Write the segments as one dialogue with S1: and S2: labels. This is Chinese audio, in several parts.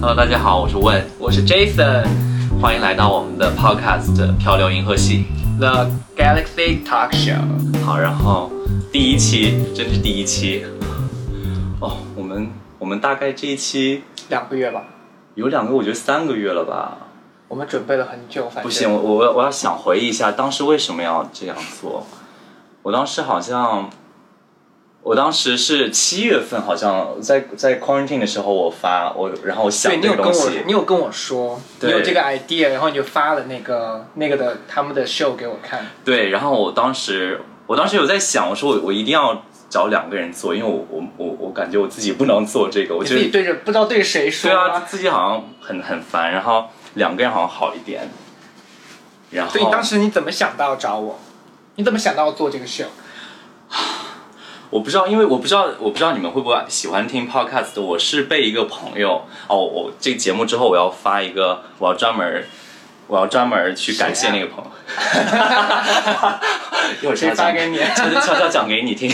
S1: Hello，大家好，我是问，我是 Jason，欢迎来到我们的 Podcast《漂流银河系
S2: The Galaxy Talk Show。》。
S1: 好，然后第一期真是第一期哦，我们我们大概这一期
S2: 两个月吧，
S1: 有两个，我觉得三个月了吧？
S2: 我们准备了很久，反正
S1: 不行，我我我要想回忆一下当时为什么要这样做。我当时好像，我当时是七月份，好像在在 quarantine 的时候，我发我然后我
S2: 对
S1: 想
S2: 你
S1: 这
S2: 有
S1: 个
S2: 跟
S1: 东
S2: 我
S1: 西，，
S2: 你有跟我说，你
S1: 对
S2: 有这个 idea，然后你就发了那个那个的他们的 show 给我看。
S1: 对，然后我当时，我当时有在想，我说我我一定要找两个人做，因为我我我我感觉我自己不能做这个，我
S2: 你
S1: 觉
S2: 自己
S1: 得
S2: 对着不知道对谁说
S1: 对啊，
S2: 啊，
S1: 自己好像很很烦，然后两个人好像好一点。然后
S2: 所以当时你怎么想到找我？你怎么想到做这个 show？
S1: 我不知道，因为我不知道，我不知道你们会不会喜欢听 podcast 的。我是被一个朋友哦，我这个节目之后我要发一个，我要专门，我要专门去感
S2: 啊
S1: 谢那个朋友。 一会儿悄
S2: 谁
S1: 悄
S2: 发给你
S1: 悄悄悄悄讲给你听，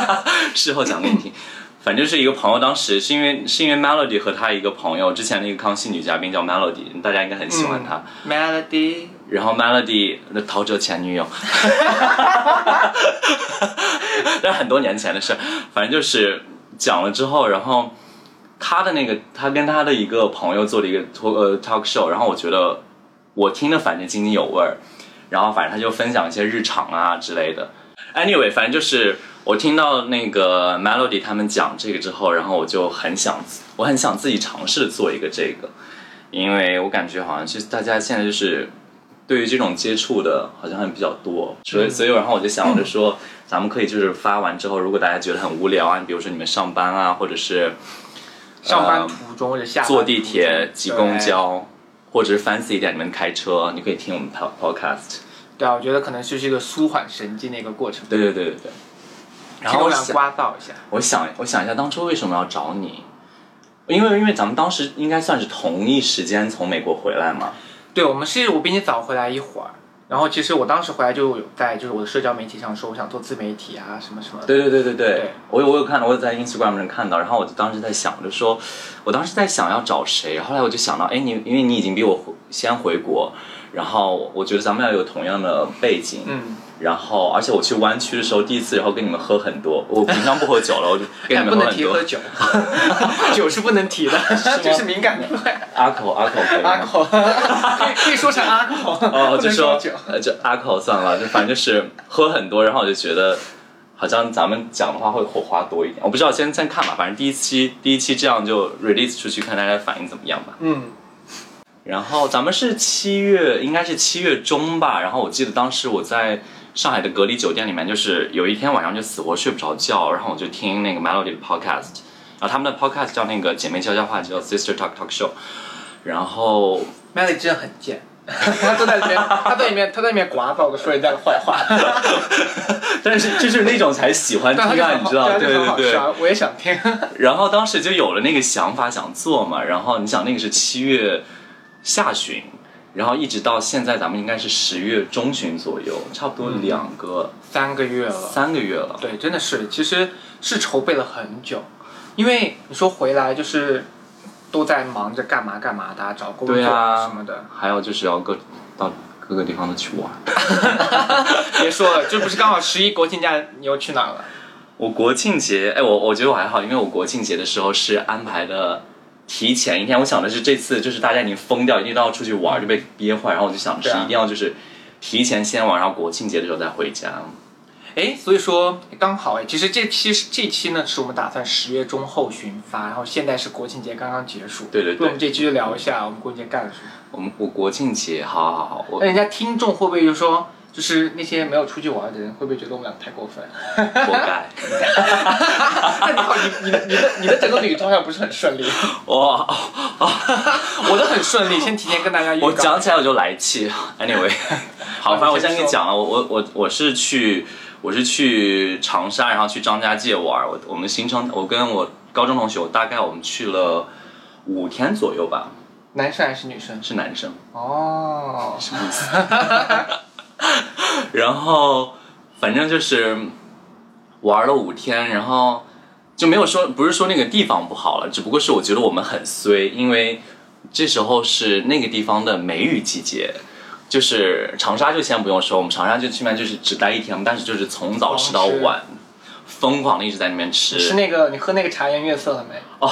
S1: 事后讲给你听。反正是一个朋友，当时是因为是因为 Melody 和他一个朋友，之前的一个康熙女嘉宾叫 Melody，大家应该很喜
S2: 嗯
S1: 欢她。
S2: Melody，
S1: 然后 Melody 那陶喆前女友， 但是很多年前的事，反正就是讲了之后，然后他的那个他跟他的一个朋友做了一个 talk 呃 talk show，然后我觉得我听的反正津津有味儿，然后反正他就分享一些日常啊之类的。Anyway，反正就是我听到那个 Melody 他们讲这个之后，然后我就很想，我很想自己尝试做一个这个，因为我感觉好像是大家现在就是对于这种接触的好像还比较多，所以所以然后我就想，我就说咱们可以就是发完之后，如果大家觉得很无聊啊，你比如说你们上班啊，或者是
S2: 上班途中或者下班
S1: 坐地
S2: 途
S1: 铁
S2: 中、
S1: 挤公。交，或者是 fancy 一点，你们开车，你可以听我们 pod podcast。
S2: 对对啊，我觉得可能就是一个舒缓神经的一个过程。
S1: 对对对对对。然
S2: 然
S1: 后
S2: 后
S1: 我
S2: 我想
S1: 想，
S2: 刮噪一下，
S1: 我想，我想一下，当初为什么要找你？因为因为咱们当时应该算是同一时间从美国回来嘛。
S2: 对我们是我比你早回来一会儿，然后其实我当时回来就有在就是我的社交媒体上说我想做自媒体啊什么什么的。
S1: 对对对对对，
S2: 对
S1: 我有我有看到，我有在 Instagram 上看到，然后我就当时在想，我就说，我当时在想要找谁，后来我就想到，哎，你因为你已经比我回先回国，然后我觉得咱们要有同样的背景，
S2: 嗯，
S1: 然后，而且我去湾区的时候，第一次，然后跟你们喝很多。我平常不喝酒了， 我就跟你
S2: 但哎不
S1: 们喝
S2: 能
S1: 很
S2: 提
S1: 多
S2: 喝。酒，酒是不能提的， 就是敏感度。
S1: 阿口，阿口可以
S2: 阿
S1: 吗？
S2: 口，可以可以说成阿口，
S1: 哦，
S2: 不
S1: 就
S2: 能
S1: 说
S2: 酒。
S1: 呃，就阿口算了，就反正就是喝很多，然后我就觉得好像咱们讲的话会火花多一点。我不知道，先先看吧，反正第一期第一期这样就 release 出去，看大家反应怎么样吧。
S2: 嗯，
S1: 然后咱们是七月，应该是七月中吧。然后我记得当时我在上海的隔离酒店里面，就是有一天晚上就死活睡不着觉，然后我就听那个 Melody 的 podcast，然后他们的 podcast 叫那个姐妹悄悄话，叫 Sister Talk Talk Show。然后
S2: Melody 真的很贱， 他坐在里面，他在里面，他在里面刮噪的说人家的坏 话，
S1: 但是就是那种才喜欢听
S2: 但他就
S1: 啊，
S2: 很
S1: 你
S2: 好，
S1: 知道？
S2: 他就
S1: 对
S2: 很
S1: 对
S2: 好
S1: 对。
S2: 笑，我也想听。
S1: 然后当时就有了那个想法想做嘛，然后你想那个是七月下旬，然后一直到现在咱们应该是十月中旬左右，差不多两个、
S2: 三个月了，
S1: 三个月了。
S2: 对，真的是，其实是筹备了很久，因为你说回来就是都在忙着干嘛干嘛的啊，找工作
S1: 对啊
S2: 什么的。
S1: 还有就是要各到各个地方都去玩。
S2: 别说了，这不是刚好十一国庆假，你又去哪了？
S1: 我国庆节，哎，我我觉得我还好，因为我国庆节的时候是安排的提前一天。我想的是这次就是大家已经疯掉，一定要出去玩就被憋坏，然后我就想的是
S2: 对啊
S1: 一定要就是提前先玩，然后国庆节的时候再回家。
S2: 哎，所以说刚好哎，其实这期是这期呢是我们打算十月中后旬发，然后现在是国庆节刚刚结束，
S1: 对对对
S2: 那我们这期就聊一下我们国庆节干了什么。
S1: 我们我国庆节，好好好，我
S2: 那人家听众会不会就说，就是那些没有出去玩的人会不会觉得我们俩太 过分？
S1: 活该。
S2: 那你好，你你的你的你的整个旅途好像不是很顺利，
S1: 哇、
S2: 我的很顺利，先提前跟大家预告。
S1: 我讲起来我就来气。Anyway，好，
S2: 好
S1: 反正我
S2: 你先
S1: 先跟你
S2: 说
S1: 讲了，啊我我我我是去我是去长沙，然后去张家界玩儿。我我们行程，我跟我高中同学，我大概我们去了五天左右吧，
S2: 男生还是女生？
S1: 是男生。
S2: 哦，
S1: 然后反正就是玩了五天，然后就没有说不是说那个地方不好了，只不过是我觉得我们很衰，因为这时候是那个地方的梅雨季节。就是长沙就先不用说，我们长沙就去面就是只待一天，我们当时就是从早吃到晚，疯狂的一直在那边吃，
S2: 是那个你喝那个茶颜悦色了没？
S1: 哦，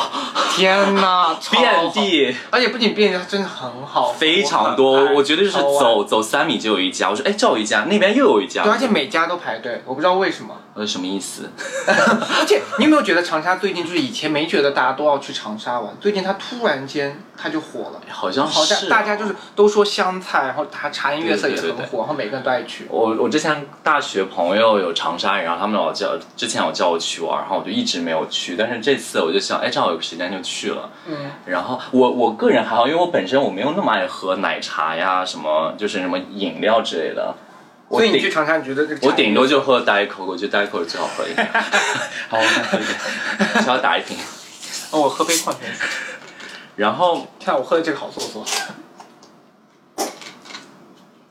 S2: 天哪，超
S1: 遍
S2: 好，
S1: 地
S2: 而且不仅遍地，它真的很好，
S1: 非常多，我我觉得就是
S2: 超爱
S1: 走走三米就有一家，我说哎这有一家，那边又有一家
S2: 对，，而且每家都排队，我不知道为什么。
S1: 我说什么意思？
S2: 而且你有没有觉得长沙最近就是以前没觉得大家都要去长沙玩，最近它突然间它就火了，
S1: 好像
S2: 好
S1: 哦是
S2: 像大家就是都说湘菜，然后它茶颜悦色也
S1: 对对
S2: 很
S1: 对
S2: 火，然后每个人都爱去。
S1: 我我之前大学朋友有长沙人，然后他们老叫之前有叫我去玩，然后我就一直没有去，但是这次我就想，哎，正好有个时间就去了。
S2: 嗯，
S1: 然后我我个人还好，因为我本身我没有那么爱喝奶茶呀，什么就是什么饮料之类的。我
S2: 所以你去
S1: 顶
S2: 长沙，你觉得这个
S1: 我顶多就喝 d i c o 我觉得 d i c o 最好喝一点。 好，我再喝一点，稍微打一瓶。
S2: 哦，我喝杯矿泉水。
S1: 然后
S2: 看我喝的这个好做作。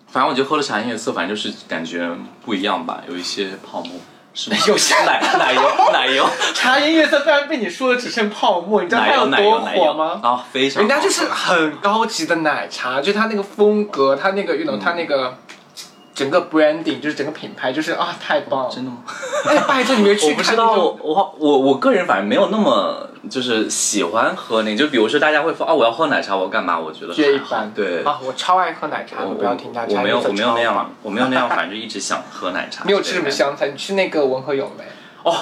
S1: 反正我就喝了茶颜悦色，反正就是感觉不一样吧，有一些泡沫，是吗？
S2: 有些
S1: 奶奶油奶油
S2: 茶颜悦色虽然被你说的只剩泡沫，你知道它
S1: 奶
S2: 有
S1: 油奶油
S2: 多
S1: 奶
S2: 火
S1: 油
S2: 吗？
S1: 啊，非常好喝。
S2: 人家就是很高级的奶茶，就它那个风格，它那个运动，它
S1: 嗯
S2: 那个整个 branding，就是整个品牌，就是啊，太棒了！
S1: 真的吗？
S2: 哎，拜托你没去
S1: 我不知道，我我我我个人反正没有那么就是喜欢喝那，就比如说大家会说啊，我要喝奶茶，我要干嘛？我觉得
S2: 这一
S1: 还好
S2: 般
S1: 对。
S2: 啊，我超爱喝奶茶，
S1: 我
S2: 你不要听他，
S1: 我没有我没有那
S2: 茶颜悦色超棒
S1: 样，我没有那样，反正就一直想喝奶 茶之类的。
S2: 你有吃什么湘菜？你去那个文和友没？
S1: 哦。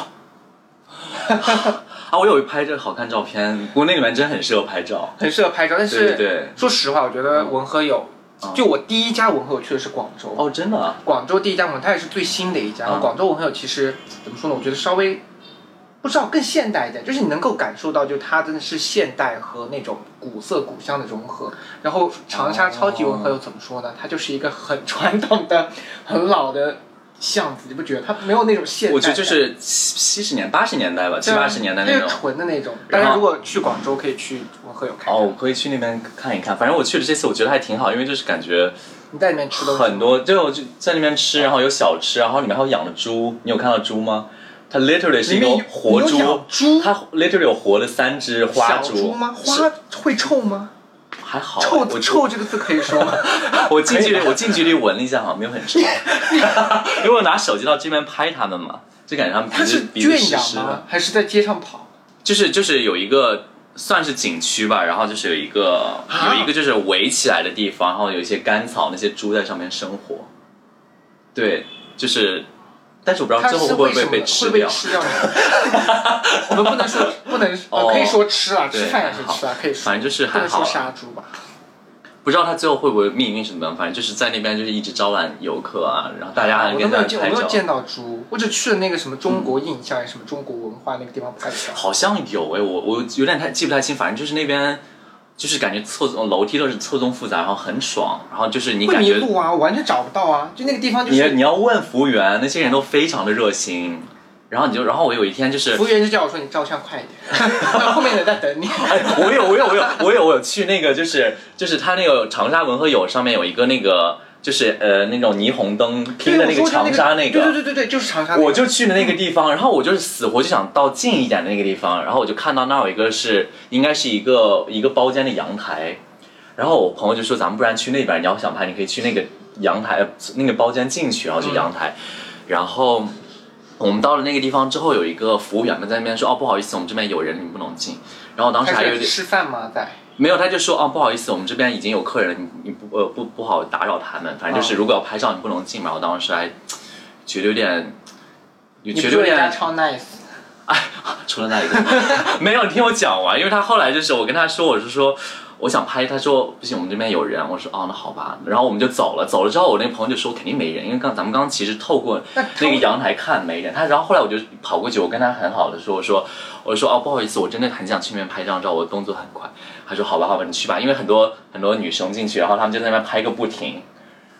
S1: 啊，我有拍这好看照片，不过那里面真很适合拍照。
S2: 很适合拍照，但
S1: 对对
S2: 是
S1: 对，
S2: 说实话，我觉得文和友
S1: 嗯，
S2: 就我第一家文和友去的是广州，
S1: 哦，真的啊，
S2: 广州第一家文，它也是最新的一
S1: 嗯
S2: 家。然后广州文和友其实怎么说呢？我觉得稍微不知道更现代一点，就是你能够感受到，就它真的是现代和那种古色古香的融合。然后长沙超级文和友怎么
S1: 啊
S2: 说呢？它就是一个很传统的、很老的巷子，你不觉得？它没有那种现代感。
S1: 我觉得就是七七十年、八十年代吧，七
S2: 对啊
S1: 八十年代那
S2: 它
S1: 种
S2: 就是。纯的那种。
S1: 然
S2: 大
S1: 后
S2: 家如果去广州，可以去文和友看看。
S1: 哦，我可以去那边看一看。反正我去了这次，我觉得还挺好，因为就是感觉
S2: 你在里面吃东西
S1: 很多，就我就在那边
S2: 哦
S1: 吃，然后有小吃，然后里面还有养的猪。你有看到猪吗？它 literally 是一
S2: 里面
S1: 个
S2: 有
S1: 活
S2: 你有养
S1: 猪，
S2: 猪
S1: 它 literally 有活的三只花
S2: 小
S1: 猪。
S2: 猪吗？
S1: 是
S2: 花会臭吗？
S1: 还好，
S2: 臭
S1: 我
S2: 臭这个字可以 说吗？
S1: 我近距
S2: 可以
S1: 离
S2: 吧
S1: 我近距离闻了一下，好像没有很 臭，因为我拿手机到这边拍它们嘛，就感觉它们鼻
S2: 它
S1: 子
S2: 是
S1: 鼻子
S2: 圈
S1: 湿
S2: 养
S1: 湿的
S2: 吗。？还是在街上跑？
S1: 啊就是就是有一个算是景区吧，然后就是有一个、
S2: 啊
S1: 有一个就是围起来的地方，然后有一些干草，那些猪在上面生活。对，就是，但是我不知道
S2: 它
S1: 最后
S2: 是
S1: 会不
S2: 为
S1: 会被
S2: 什么
S1: 被
S2: 会
S1: 吃
S2: 被
S1: 掉。
S2: 吃 掉呢？我们不能说不能
S1: 哦
S2: 呃，可以说吃啊，
S1: 对
S2: 吃饭也是吃
S1: 还
S2: 啊，可以说，
S1: 反正就是
S2: 不
S1: 还
S2: 能说
S1: 好，啊
S2: 杀猪吧？
S1: 不知道它最后会不会命运什么的，反正就是在那边就是一直招揽游客啊，然后大家还
S2: 我都
S1: 跟
S2: 没
S1: 他
S2: 有
S1: 们
S2: 见，我
S1: 拍
S2: 没有
S1: 照。嗯
S2: 见到猪，我只去了那个什么中国印象，什么中国文化那个地方拍的照。
S1: 好像有哎、我我有点太记不太清，反正就是那边，就是感觉错综楼梯都是错综复杂，然后很爽，然后就是你
S2: 会
S1: 感
S2: 迷
S1: 觉
S2: 路啊，我完全找不到啊！就那个地方就
S1: 你
S2: 是
S1: 你要问服务员，那些人都非常的热心。然后你就，然后我有一天就是
S2: 服，务员就叫我说你照相快一 点，那后面的人在等你。
S1: 哎，我有我有我有我有我有去那个就是就是他那个长沙文和友上面有一个那个就是呃那种霓虹灯拼的
S2: 对
S1: 那个
S2: 我说
S1: 长
S2: 就
S1: 沙
S2: 那
S1: 那
S2: 个，对
S1: 个，
S2: 对对对，就是长沙那个。
S1: 我就去了那个地方，然后我就是死活就想到近一点的那个地方，然后我就看到那儿有一个是应该是一个一个包间的阳台，然后我朋友就说咱们不然去那边，你要想拍你可以去那个阳台呃那个包间进去，然后去阳台，然后我们到了那个地方之后，有一个服务员们在那边说哦不好意思，我们这边有人，你们不能进。然后我当时还有
S2: 开
S1: 点
S2: 始吃饭吗？在
S1: 没有，他就说哦，不好意思，我们这边已经有客人了，你你不呃不不好打扰他们，反正就是
S2: 哦
S1: 如果要拍照你不能进嘛。我当时还觉得有点，
S2: 你
S1: 觉
S2: 不
S1: 得有
S2: 说人家
S1: 点，
S2: 超 nice，
S1: 除了那一个，没有，你听我讲完，因为他后来就是我跟他说，我是说我想拍，他说不行，我们这边有人，我说哦那好吧，然后我们就走了，走了之后我那朋友就说肯定没人，因为刚咱们刚刚其实透过
S2: 那
S1: 那个阳台看没人，他然后后来我就跑过去，我跟他很好的说，我说我说哦不好意思，我真的很想去那边拍张照，我动作很快。他说好吧好吧，你去吧，因为很多很多女生进去，然后他们就在那边拍个不停，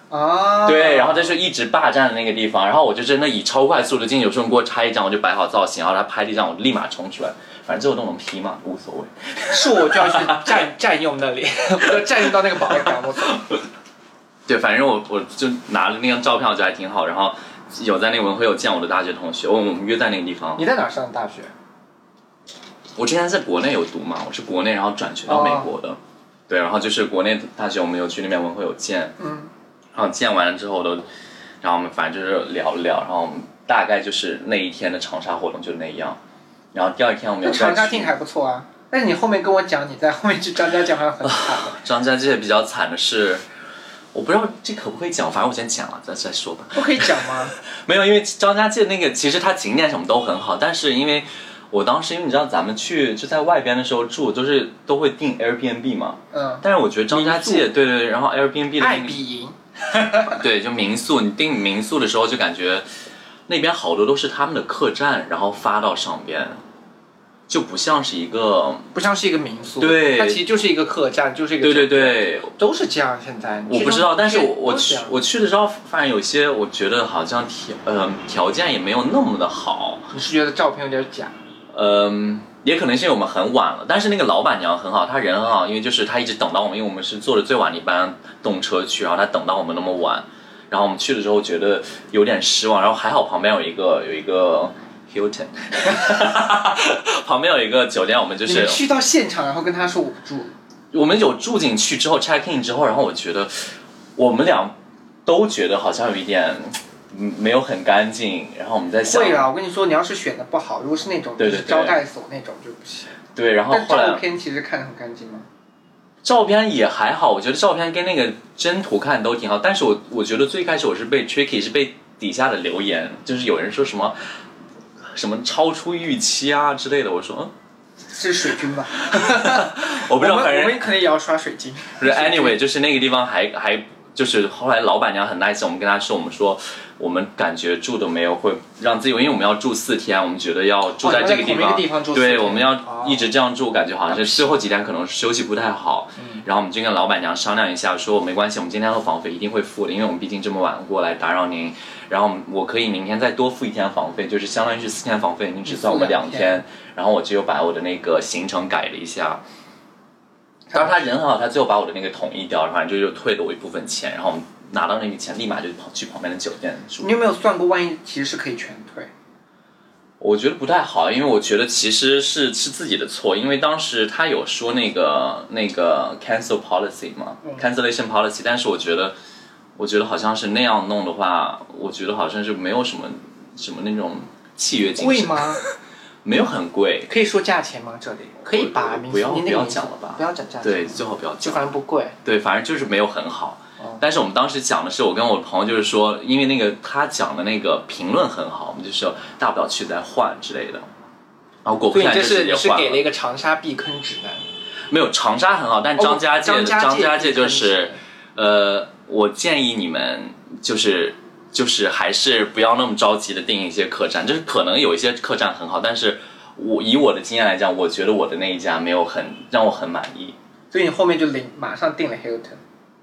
S2: 啊，
S1: 对，然后他就一直霸占的那个地方，然后我就真的以超快速度进去，有时候你给我拆一张，我就摆好造型，然后他拍了一张，我立马冲出来，反正最后都能 P 嘛，无所谓。
S2: 是我就要去占占用那里， 我就占用到那个保安岗，我走。
S1: 对，反正我我就拿了那张照片，我觉得还挺哦好，然后有在那个文会有见我的大学同学，我我们约在那个地方，
S2: 你在哪儿上的大学？
S1: 我之前在国内有读嘛，我是国内然后转学到美国
S2: 哦
S1: 的，对，然后就是国内大学我们有去那边文汇有见，
S2: 嗯，
S1: 然后见完了之后都，然后我们反正就是聊了聊，然后我们大概就是那一天的长沙活动就那样，然后第二天我们
S2: 那
S1: 有
S2: 长
S1: 再
S2: 沙
S1: 去
S2: 听还不错啊。但是你后面跟我讲，你在后面去张家界好像很惨的。
S1: 张家界比较惨的是，我不知道这可不可以讲，反正我先讲了再再说吧。
S2: 不可以讲吗？
S1: 没有，因为张家界那个其实它景点什么都很好，但是因为我当时因为你知道咱们去就在外边的时候住都是都会订 Airbnb 嘛，
S2: 嗯，
S1: 但是我觉得张家界对对，对然后 Airbnb 的
S2: 爱
S1: 那个
S2: 比营，
S1: 对就民宿，你订民宿的时候就感觉那边好多都是他们的客栈，然后发到上边，就不像是一个
S2: 不像是一个民宿，
S1: 对
S2: 它其实就是一个客栈，就是一个
S1: 对对对，
S2: 都是这样。现在
S1: 我不知道，但是我我去
S2: 去张家界都这样
S1: 我去的时候发现有些我觉得好像条呃条件也没有那么的好，
S2: 你是觉得照片有点假，
S1: 嗯，也可能是因为我们很晚了，但是那个老板娘很好，她人很好，因为就是她一直等到我们，因为我们是坐着最晚的一班动车去，然后她等到我们那么晚，然后我们去的时候觉得有点失望，然后还好旁边有一个有一个 Hilton，旁边有一个酒店，我们就
S2: 你们
S1: 是
S2: 去到现场，然后跟他说我不住，
S1: 我们有住进去之后 check in 之后，然后我觉得我们俩都觉得好像有一点嗯没有很干净，然后我们在想，
S2: 会啊，我跟你说，你要是选的不好，如果是那种
S1: 对
S2: 就
S1: 对
S2: 是招待所那种就不行。
S1: 对，然后
S2: 但
S1: 后来
S2: 照片其实看得很干净吗？
S1: 照片也还好，我觉得照片跟那个真图看都挺好。但是我我觉得最开始我是被 tricky，是被底下的留言，就是有人说什么什么超出预期啊之类的。我说，
S2: 是水军吧？
S1: 嗯，我不知道，
S2: 我
S1: 反
S2: 们我
S1: 正
S2: 们可能也要刷水晶。
S1: 不是 anyway，就是那个地方还还就是后来老板娘很 nice，我们跟她说，我们说我们感觉住的没有会让自己，因为我们要住四天，我们觉得要住在这个地
S2: 哦你们在同一
S1: 方，
S2: 个地方住四天
S1: 对，我们
S2: 哦
S1: 要一直这样住，感觉好像是最后几天可能休息不太好。
S2: 嗯
S1: 然后我们就跟老板娘商量一下，说没关系，我们今天的房费一定会付的，因为我们毕竟这么晚过来打扰您。然后我可以明天再多付一天房费，就是相当于是四天房费，您只算我们两
S2: 你付两
S1: 天。然后我就把我的那个行程改了一下。当时他人很好，他最后把我的那个统一掉，反正就又退了我一部分钱，然后我们拿到那笔钱，立马就跑去旁边的酒店住。
S2: 你有没有算过，万一其实是可以全 退？
S1: 我觉得不太好，因为我觉得其实是是自己的错，因为当时他有说那个那个 cancel policy 嘛、c
S2: 嗯
S1: a n c e l l a t i o n policy，但是我觉得，我觉得好像是那样弄的话，我觉得好像是没有什么什么那种契约精
S2: 贵
S1: 神，
S2: 吗？
S1: 没有很贵，
S2: 可以说价钱吗？这里可以吧？
S1: 不
S2: 明
S1: 不要
S2: 你那
S1: 不
S2: 个
S1: 要
S2: 名字
S1: 讲了吧
S2: 不要讲价钱，
S1: 对，最好不要
S2: 就
S1: 讲，
S2: 反正哦不贵。
S1: 对，反正就是没有很好。但是我们当时讲的是，我跟我朋友就是说，因为那个他讲的那个评论很好，我们就说大不了去再换之类的。然后果不
S2: 所以
S1: 其然
S2: 你这
S1: 就是直
S2: 你
S1: 接
S2: 是
S1: 换
S2: 给
S1: 了
S2: 了一个长沙避坑指南。
S1: 没有长沙很好，但张家界、
S2: 哦张
S1: 张
S2: 家
S1: 家
S2: 界
S1: 界就是，呃，我建议你们就是就是还是不要那么着急的订一些客栈，就是可能有一些客栈很好，但是我以我的经验来讲，我觉得我的那一家没有很让我很满意。
S2: 所以你后面就领马上订了 Hilton。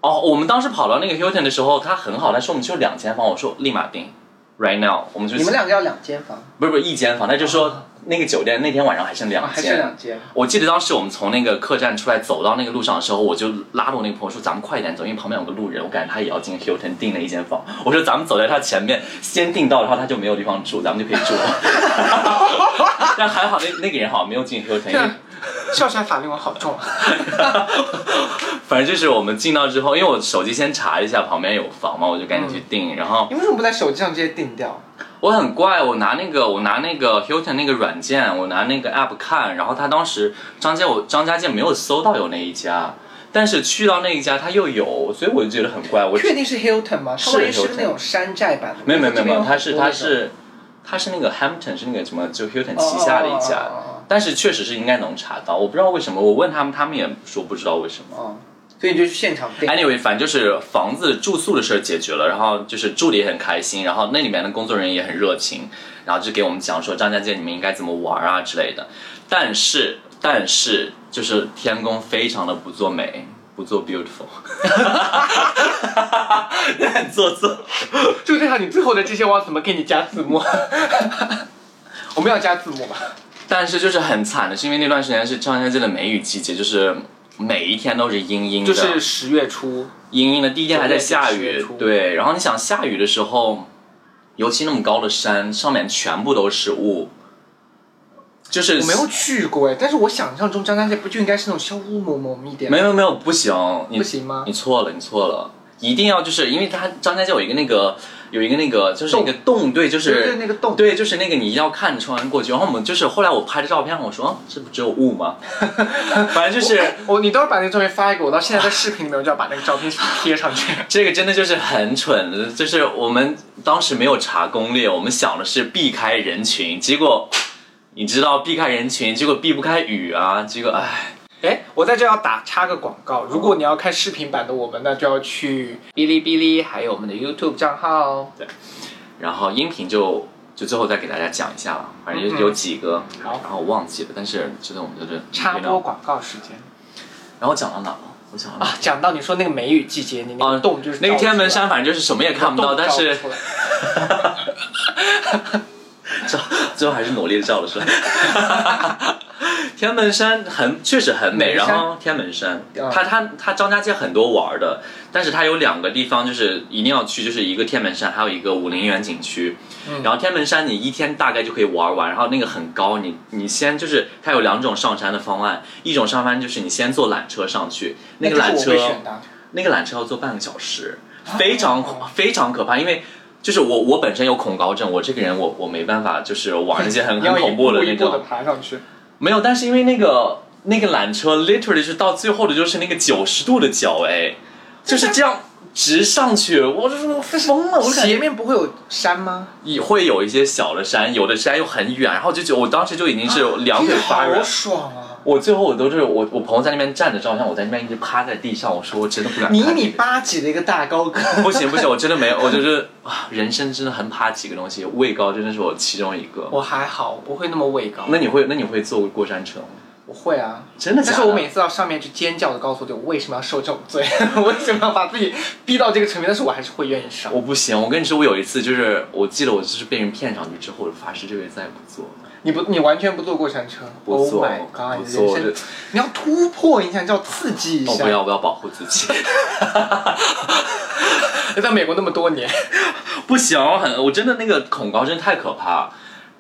S1: 哦，我们当时跑到那个 Hilton 的时候，他很好，他说我们只有两间房，我说立马订，right now，我们就
S2: 你们两个要两间房，
S1: 不是不是一间房，他就说那个酒店那天晚上还剩
S2: 啊
S1: 两
S2: 还是
S1: 间，
S2: 两间？
S1: 我记得当时我们从那个客栈出来，走到那个路上的时候，我就拉着我那个朋友说：“咱们快一点走，因为旁边有个路人，我感觉他也要进 Hilton 订了一间房。”我说：“咱们走在他前面，先订到，然后他就没有地方住，咱们就可以住。” 但还好那那个人好像没有进 Hilton，因为
S2: 哮喘法令纹好重啊！
S1: 反正就是我们进到之后，因为我手机先查一下旁边有房嘛，我就赶紧去订。然后
S2: 你为什么不在手机上直接订掉？
S1: 我很怪，我拿那个我拿那个 Hilton 那个软件，我拿那个 app 看，然后他当时张家我张家界没有搜到有那一家，但是去到那一家他又有，所以我就觉得很怪。我
S2: 确定是 Hilton 吗？它
S1: 是
S2: 万一是不是
S1: Hilton
S2: 那种山寨版的？
S1: 没有没有没有没有，他
S2: 它
S1: 是他是他是那个 Hampton 是那个什么就
S2: 哦
S1: Hilton 旗下的一家，
S2: 哦哦哦哦
S1: 但是确实是应该能查到，我不知道为什么，我问他们他们也说不知道为什么。
S2: 哦，所以你就去现场订。
S1: Anyway，反正就是房子住宿的事儿解决了，然后就是住的也很开心，然后那里面的工作人员也很热情，然后就给我们讲说张家界你们应该怎么玩啊之类的。但是，但是就是天宫非常的不做美，不做 beautiful，你很做作。
S2: 就这样，你最后的这些我要怎么给你加字幕？ 我们要加字幕吧？
S1: 但是就是很惨的，是因为那段时间是张家界的梅雨季节，就是每一天都是阴阴的，
S2: 就是十月初，
S1: 阴阴的，第一天还在下
S2: 九月底十月
S1: 雨
S2: 初，
S1: 对。然后你想下雨的时候，尤其那么高的山，上面全部都是雾，就是
S2: 我没有去过哎，但是我想象中张家界不就应该是那种香雾蒙蒙一点，
S1: 没有没有不行，你
S2: 不行吗？
S1: 你错了，你错了，一定要就是因为它张家界有一个那个有一个那个就是一个洞，对，就
S2: 对对，
S1: 是
S2: 那个洞，
S1: 对，就是那个你一定要看穿过去。然后我们就是后来我拍的照片，我说、啊、这不只有雾 吗？反正就是
S2: 我哦你待会儿把那个照片发给我，到现在在视频里面我就要把那个照片贴上去。
S1: 这个真的就是很蠢的，就是我们当时没有查攻略，我们想的是避开人群，结果你知道避开人群，结果避不开雨啊，结果唉，
S2: 哎，我在这要打插个广告，如果你要看视频版的我们，那就要去哔哩哔哩，还有我们的 YouTube 账号。哦
S1: 然后音频就就最后再给大家讲一下吧，反正
S2: 嗯
S1: 就
S2: 嗯
S1: 有几个，
S2: 好
S1: 然后我忘记了，但是觉得我们就是
S2: 插播广告时间
S1: 然后讲到哪了？我讲到哪了
S2: 啊，讲到你说那个梅雨季节，你那
S1: 哦
S2: 个洞啊就是
S1: 那个天门
S2: 照出来
S1: 山，反正就是什么也看不到，
S2: 洞照
S1: 但是
S2: 出来
S1: 照最后还是努力的照了出来。天门山很确实很美，
S2: 美山
S1: 然后天门山，
S2: 嗯
S1: 它它它张家界很多玩儿的，但是它有两个地方就是一定要去，就是一个天门山，还有一个武陵源景区。
S2: 嗯
S1: 然后天门山你一天大概就可以玩完，然后那个很高，你你先就是它有两种上山的方案，一种上山就是你先坐缆车上去， 那个缆
S2: 就是
S1: 车
S2: 哎我会选的
S1: 那个缆车要坐半个小时，
S2: 哦
S1: 非常、非常可怕，因为。就是我，我本身有恐高症，我这个人我我没办法，就是玩那些很
S2: 你要
S1: 很
S2: 一
S1: 恐
S2: 步
S1: 怖的
S2: 一
S1: 那
S2: 步的
S1: 种。
S2: 爬上去。
S1: 没有，但是因为那个那个缆车 literally 是到最后的就是那个九十度的角，哎，就是这样直上去，我就是我疯了，我感
S2: 斜
S1: 觉
S2: 面不会有山吗？
S1: 也会有一些小的山，有的山又很远，然后就觉得我当时就已经是两腿发软
S2: 啊好。爽啊！
S1: 我最后我都是我我朋友在那边站着照相，我在那边一直趴在地上，我说我真的不敢看
S2: 你
S1: 这
S2: 一
S1: 个。
S2: 米八几的一个大高个，
S1: 不行不行，我真的没有，我就是啊，人生真的很怕几个东西，畏高真的是我其中一个。
S2: 我还好，我不会那么畏高。
S1: 那你会那你会坐过山车吗？
S2: 我会啊，
S1: 真的假
S2: 但
S1: 的？
S2: 是我每次到上面去尖叫的告诉我自己，我为什么要受这种罪？ 我为什么要把自己逼到这个程度？但是我还是会愿意上。
S1: 我不行，我跟你说，我有一次就是我记得我就是被人骗上去之后，我发誓这辈子再也不坐了，
S2: 你不，你完全不坐过山车
S1: 不坐
S2: ？Oh my god！
S1: 不
S2: 你
S1: 坐，
S2: 的
S1: 我
S2: 人
S1: 就
S2: 生，你要突破一下，你就要刺激一
S1: 哦我
S2: 下。
S1: 不要我要保护自己，
S2: 在美国那么多年，
S1: 不行，我很我真的那个恐高真的太可怕。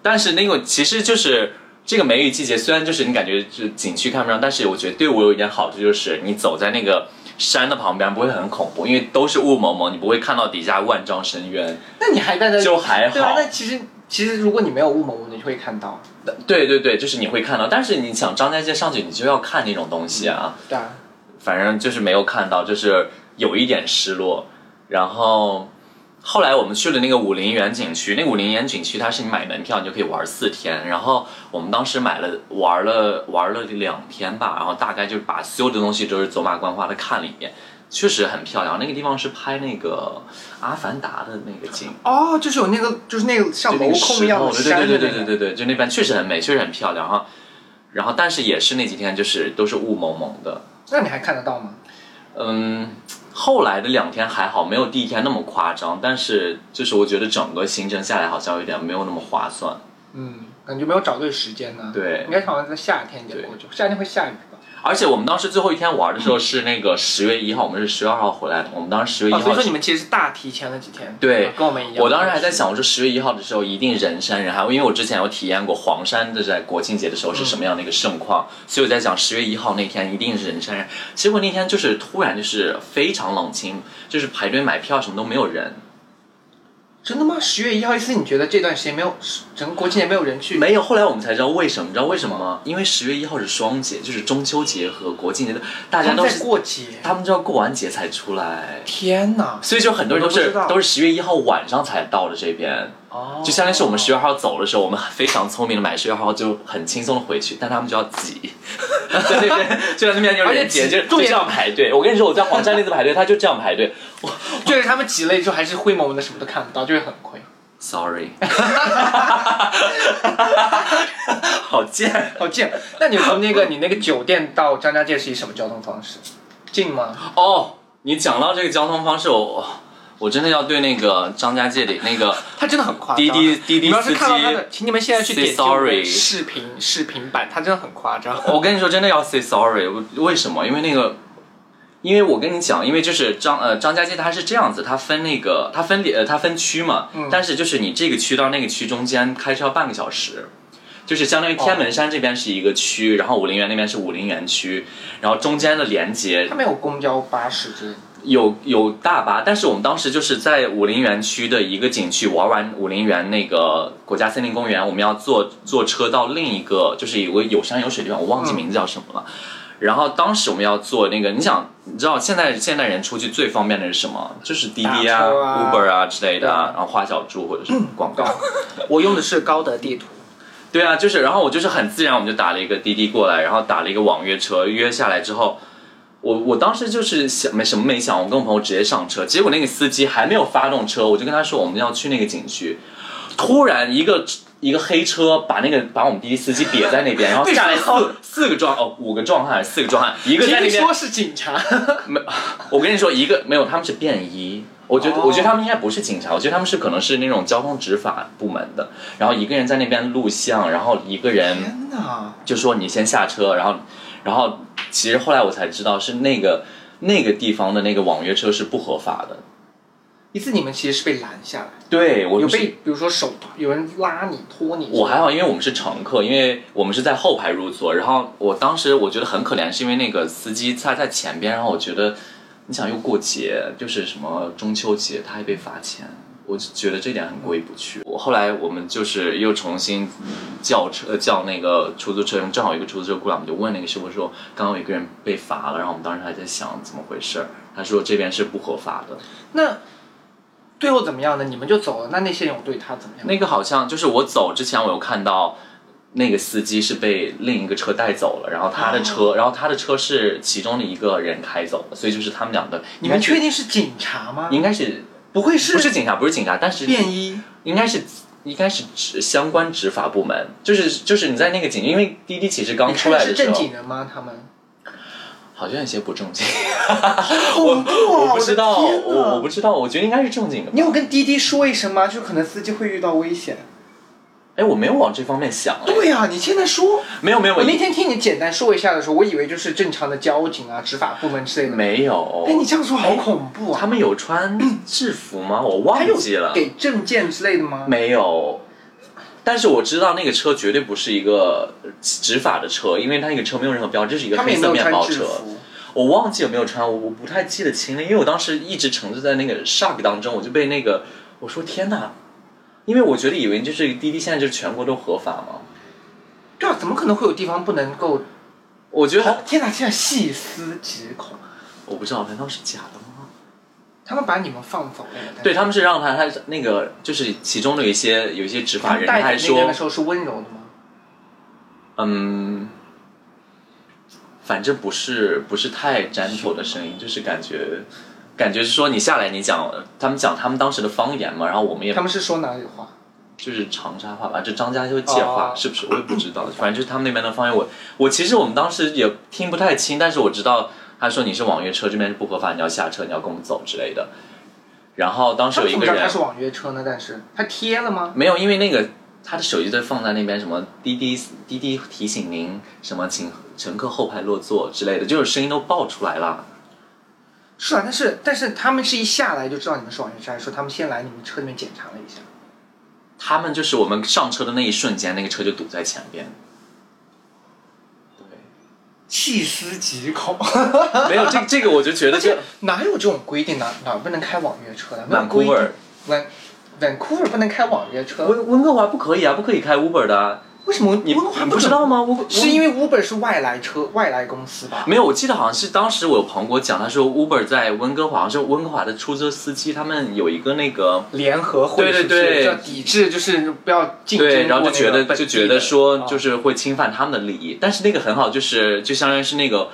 S1: 但是那个其实就是这个梅雨季节，虽然就是你感觉就是景区看不上，但是我觉得对我有一点好处就是你走在那个。山的旁边不会很恐怖，因为都是雾蒙蒙，你不会看到底下万丈深渊。
S2: 那你还在那
S1: 就还好
S2: 对啊，那其实其实如果你没有雾蒙蒙，你就会看到。
S1: 对对对，就是你会看到，但是你想张家界上去，你就要看那种东西啊。
S2: 对啊，
S1: 反正就是没有看到，就是有一点失落。然后后来我们去了那个武陵源景区，那个武陵源景区它是你买门票你就可以玩四天，然后我们当时买了玩了玩了两天吧，然后大概就是把所有的东西都是走马观花的看了一遍。确实很漂亮，那个地方是拍那个《阿凡达》的那个景，
S2: 哦，就是有那个，就是那个像
S1: 就
S2: 镂
S1: 那个石
S2: 哦空一样
S1: 头，
S2: 的
S1: 对对
S2: 山，
S1: 对对
S2: 对
S1: 对对对，就那边确实很美，确实很漂亮哈。然后，但是也是那几天就是都是雾蒙蒙的，
S2: 那你还看得到吗？
S1: 嗯，后来的两天还好，没有第一天那么夸张，但是就是我觉得整个行程下来好像有点没有那么划算。
S2: 嗯，感觉没有找对时间呢。
S1: 对
S2: 应该好像在夏天点过去，夏天会下雨吧？
S1: 而且我们当时最后一天玩的时候是那个十月一号，我们是十月二号回来的，我们当时十月一
S2: 哦，所以
S1: 号
S2: 说
S1: 是。
S2: 你们其实是大提前了几天，
S1: 对
S2: 啊跟我们一样。
S1: 我当时还在，想，我说十月一号的时候一定人山人海，因为我之前有体验过黄山的在国庆节的时候是什
S2: 嗯
S1: 么样的一个盛况，所以我在想十月一号那天一定是人山人海。结果那天就是突然就是非常冷清，就是排队买票什么都没有人，
S2: 真的吗？十月一号，意思你觉得这段时间没有整个国庆节没有人去？
S1: 没有，后来我们才知道为什么，你知道为什么吗？因为十月一号是双节，就是中秋节和国庆节的，大家
S2: 他们
S1: 都
S2: 在
S1: 是
S2: 过节。
S1: 他们就要过完节才出来，
S2: 天哪！
S1: 所以就很多人都
S2: 我都
S1: 是
S2: 不知道
S1: 都是十月一号晚上才到的这边，
S2: 哦，
S1: 就相当于是我们十月二号走的时候，我们非常聪明的买十月二号就很轻松的回去，但他们就要挤， 在那边就在那边有
S2: 而且
S1: 人挤，
S2: 挤
S1: 就
S2: 重
S1: 就
S2: 点
S1: 这样排队。我跟你说，我在黄山那次排队，他就这样排队
S2: 就是他们挤累之后还是灰蒙蒙的，什么都看不到，就会很亏。
S1: ，sorry，好贱。
S2: 好近。那你从那个你那个酒店到张家界是以什么交通方式？近吗？
S1: 哦，你讲到这个交通方式，我我真的要对那个张家界里那个
S2: 他真的很夸张。
S1: 滴
S2: 啊
S1: 滴滴
S2: 你
S1: 滴
S2: 们要
S1: 司
S2: 是
S1: 机，
S2: 看到他的，请你们现在去
S1: say
S2: 点击我们
S1: sorry
S2: 视频视频版，他真的很夸张。
S1: 我跟你说，真的要 say sorry。我为什么？因为那个，因为我跟你讲，因为就是张呃张家界它是这样子，它分那个它分里呃它分区嘛，但是就是你这个区到那个区中间开车要半个小时。就是相当于天门山这边是一个区，然后武陵源那边是武陵源区，然后中间的连接
S2: 他没有公交、巴士之类的。
S1: 有有大巴，但是我们当时就是在武陵源区的一个景区玩完武陵源那个国家森林公园，我们要坐坐车到另一个就是有个有山有水的地方，我忘
S2: 嗯
S1: 记名字叫什么了。然后当时我们要坐那个，你想，你知道现在现代人出去最方便的是什么？就是滴滴啊、
S2: 打车啊
S1: Uber 啊之类的啊，
S2: 对
S1: 然后花小猪或者是广 告。
S3: 我用的是高德地图，
S1: 对啊，就是，然后我就是很自然，我们就打了一个滴滴过来，然后打了一个网约车，约下来之后，我我当时就是想没什么没想，我跟我朋友直接上车，结果那个司机还没有发动车，我就跟他说我们要去那个景区，突然一个一个黑车把那个把我们滴滴司机别在那边，然后下来四四个壮哦五个壮汉，四个壮汉，一个在那
S2: 听
S1: 边
S2: 说是警察，
S1: 我跟你说，一个没有，他们是便衣。我觉得
S2: 哦
S1: 我觉得他们应该不是警察，我觉得他们是可能是那种交通执法部门的。然后一个人在那边录像，然后一个人
S2: 天哪！
S1: 就说你先下车，然后，然后其实后来我才知道是那个那个地方的那个网约车是不合法的。
S2: 一次你们其实是被拦下来，
S1: 对，我
S2: 有
S1: 们是
S2: 被比如说手有人拉你拖你，
S1: 我还好，因为我们是乘客，因为我们是在后排入座。然后我当时我觉得很可怜，是因为那个司机他在前边，然后我觉得，你想又过节，就是什么中秋节，他还被罚钱，我就觉得这点很过意不去。我后来我们就是又重新叫车呃叫那个出租车，正好有一个出租车过来，我们就问那个师傅说，刚刚有一个人被罚了，然后我们当时还在想怎么回事儿，他说这边是不合法的。
S2: 那最后怎么样呢？你们就走了，那那些人有对他怎么样？
S1: 那个好像就是我走之前，我有看到那个司机是被另一个车带走了，然后他的车，
S2: 哦
S1: 然后他的车是其中的一个人开走的，所以就是他们两个，
S2: 你们
S1: 应该
S2: 确
S1: 是
S2: 定是警察吗？
S1: 应该是
S2: 不会
S1: 不是警察，不是警察，但是
S2: 便衣？
S1: 应该是。应该是执相关执法部门，就是就是你在那个警，因为滴滴其实刚
S2: 你
S1: 出
S2: 看
S1: 来
S2: 的
S1: 的
S2: 哎是
S1: 时
S2: 正
S1: 候
S2: 经，人吗？他们？
S1: 好像有些不正经，
S2: 我
S1: 我不知道，
S2: 的天哪
S1: 我我不知道，我觉得应该是正经的吧
S2: 你。有跟滴滴说一声吗？就可能司机会遇到危险。
S1: 哎，我没有往这方面想，哎
S2: 对呀、你现在说。
S1: 没有没有，
S2: 我那天听你简单说一下的时候，我以为就是正常的交警啊、执法部门之类的。
S1: 没有。
S2: 哎，你这样说好恐怖啊！
S1: 他们有穿制服吗？我忘
S2: 还有
S1: 记了，
S2: 给证件之类的吗？
S1: 没有。但是我知道那个车绝对不是一个执法的车，因为它那个车没有任何标志，这是一个
S2: 他们
S1: 黑
S2: 也没
S1: 色
S2: 有
S1: 面
S2: 穿
S1: 包
S2: 制
S1: 车。
S2: 服。
S1: 我忘记有没有穿，我我不太记得清了，因为我当时一直沉醉在那个 shock 当中，我就被那个我说天哪，因为我觉得以为就是滴滴现在就是全国都合法嘛，
S2: 对啊，怎么可能会有地方不能够？
S1: 我觉
S2: 好
S1: 得
S2: 天哪，天哪，细思极恐。
S1: 我不知道难道是假的吗？
S2: 他们把你们放走了。但是
S1: 对，他们是让他他那个就是其中的有一些有一些执
S2: 他
S1: 法
S2: 们
S1: 人
S2: 带
S1: 他
S2: 你
S1: 还
S2: 那边
S1: 说
S2: 的时候是温柔的吗？
S1: 嗯，反正不是不是太 gentle 的声音，就是感觉感觉是说你下来你讲他们讲他们当时的方言嘛，然后我们也
S2: 他们是说哪里话？
S1: 就是长沙话吧，就张家就借话、
S2: 哦
S1: 是不是？我也不知道，反正就是他们那边的方言，我我其实我们当时也听不太清，但是我知道他说你是网约车这边是不合法，你要下车，你要跟我们走之类的。然后当时
S2: 他
S1: 有
S2: 们
S1: 一
S2: 怎
S1: 个
S2: 么知道
S1: 人
S2: 他是网约车呢？但是他贴了吗？
S1: 没有，因为那个他的手机在放在那边，什么滴滴滴滴提醒您什么，请乘客后排落座之类的，就是声音都爆出来了。
S2: 是啊，但是但是他们是一下来就知道你们是网约车，还是说他们先来你们车里面检查了一下？
S1: 他们就是我们上车的那一瞬间，那个车就堵在前边。对，
S2: 细思极 恐，啊
S1: 没有这这个，我就 觉得就
S2: 哪有这种规定？哪哪不能开网约车的？没有
S1: 蛮
S2: 规
S1: Uber
S2: 定。温温 c o 不能开网约车，
S1: 温温哥华不可以啊，不可以开 Uber 的、啊，
S2: 为什么
S1: 你
S2: 温哥华
S1: 你不知
S2: 准
S1: 道吗？我
S2: 是因
S1: 为
S2: 为 Uber 是外来车、外来公司吧？
S1: 没有，我记得好像是当时我有朋友给我讲，他说 Uber 在温哥华，好像是温哥华的出租车司机，他们有一个那个
S2: 联合会
S1: 对对
S2: 是不是
S1: 对
S2: 要抵制，就是不要竞 争过
S1: 对，
S2: 那个本地的。
S1: 然后就觉得就觉得说
S2: 啊
S1: 就是会侵犯他们的利益，但是那个很好，就是就相当于是那个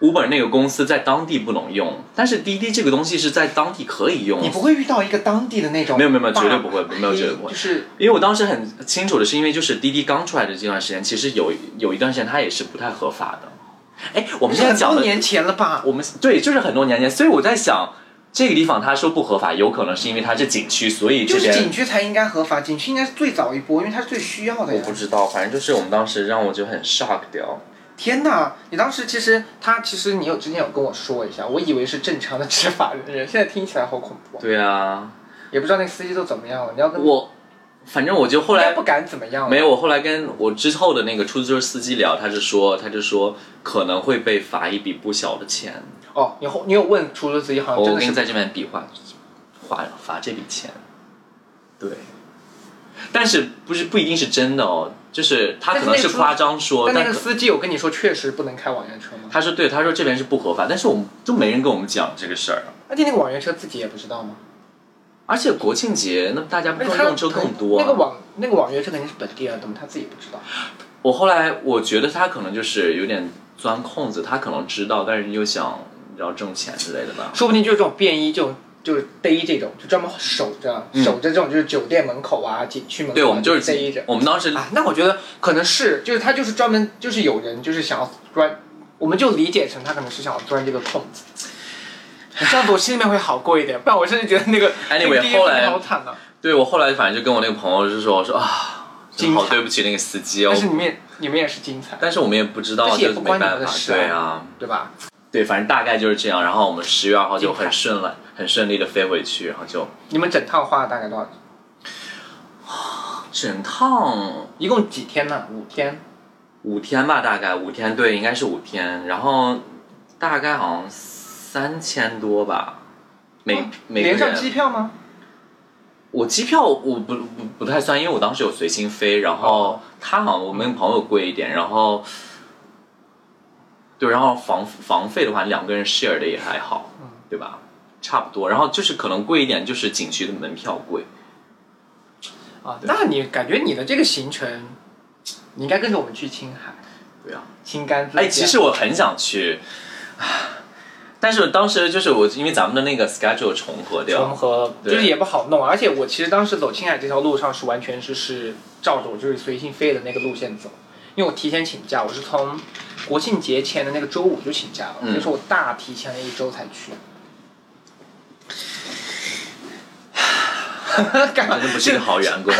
S1: Uber 那个公司在当地不能用，但是滴滴这个东西是在当地可以用。
S2: 你不会遇到一个当地的那种
S1: 没有没有没有绝对
S2: 大
S1: 不会没有绝对不会
S2: 就是
S1: 因为我当时很清楚的是，因为就是滴滴刚出来的这段时间，其实有有一段时间它也是不太合法的。哎，我们现在
S2: 很
S1: 讲
S2: 多
S1: 的，
S2: 年前了吧？
S1: 我们对，就是很多年前，所以我在想，这个地方他说不合法，有可能是因为它是景区，所以这
S2: 就是
S1: 边
S2: 景区才应该合法，景区应该是最早一波，因为它是最需要的
S1: 我
S2: 呀。
S1: 不知道，反正就是我们当时让我就很 shock 掉。
S2: 天哪！你当时其实他其实你有之前有跟我说一下，我以为是正常的执法人员，现在听起来好恐怖啊。
S1: 对啊，
S2: 也不知道那个司机都怎么样了。你要跟
S1: 我反正我就后
S2: 应
S1: 来
S2: 该不敢怎么样。
S1: 没有，，我后来跟我之后的那个出租车司机聊，他是说，他就说可能会被罚一笔不小的钱。
S2: 哦，你后你有问出租车司机，好啊像真
S1: 我
S2: 的
S1: 跟你
S2: 是
S1: 在这边比划，划罚这笔钱。对，但是不是不一定是真的哦，就是他可能是夸张说，
S2: 但那
S1: 但
S2: 个
S1: 可
S2: 司机有跟你说确实不能开网约车吗？
S1: 他说对，他说这边是不合法，但是我们就没人跟我们讲这个事儿啊。
S2: 而且那个网约车自己也不知道吗？
S1: 而且国庆节，那大家不
S2: 而且
S1: 都
S2: 哎他
S1: 用车更多、啊
S2: 那个网那个网约车肯定是本地人的嘛，他自己不知道。
S1: 我后来我觉得他可能就是有点钻空子，他可能知道，但是又想你知道挣钱之类的吧。
S2: 说不定就是这种便衣，这种就是逮这种，就专门守着、
S1: 嗯
S2: 守着这种，就是酒店门口啊、景区门口、啊，
S1: 对，我们就是
S2: 逮着
S1: 我们当时
S2: 啊。那我觉得可能是，就是他就是专门就是有人就是想要钻，我们就理解成他可能是想要钻这个空子。这样子我心里面会好过一点，不然我甚至觉得那个
S1: Anyway，
S2: 那个第一
S1: 后来
S2: 好惨啊！
S1: 对我后来反正就跟我那个朋友就说，我说啊，真好
S2: 精彩
S1: 对不起那个司机哦
S2: 但。是你们也你们也是精彩，
S1: 但是我们也不知道，
S2: 但是也
S1: 就是
S2: 不
S1: 没
S2: 关你
S1: 办
S2: 们的
S1: 法，
S2: 事啊
S1: 对啊，
S2: 对吧？
S1: 对，反正大概就是这样。然后我们十月二号就
S2: 精彩
S1: 很顺了，很顺利的飞回去，然后就
S2: 你们整趟花了大概多少钱？
S1: 整趟
S2: 一共几天呢？五天。
S1: 五天吧，大概五天，对，应该是五天。然后大概好像三千多吧，每、
S2: 哦
S1: 每个
S2: 连上
S1: 人
S2: 机票吗？
S1: 我机票我不不不太算，因为我当时有随心飞，然后
S2: 哦
S1: 他好像我们朋友贵一点，然后对，然后房房费的话，两个人 share 的也还好，
S2: 嗯
S1: 对吧？差不多，然后就是可能贵一点，就是景区的门票贵。
S2: 啊，那你感觉你的这个行程，你应该跟着我们去青海、
S1: 对啊，
S2: 青甘自
S1: 哎，
S2: 驾
S1: 其实我很想去，唉但是当时就是我因为咱们的那个 schedule 重合掉，
S2: 重合
S1: 对啊
S2: 就是也不好弄，而且我其实当时走青海这条路上是完全是是照着我就是随心飞的那个路线走，因为我提前请假，我是从国庆节前的那个周五就请假了，
S1: 嗯
S2: 就是我大提前了一周才 去。干嘛
S1: 真的不是一个好员 工。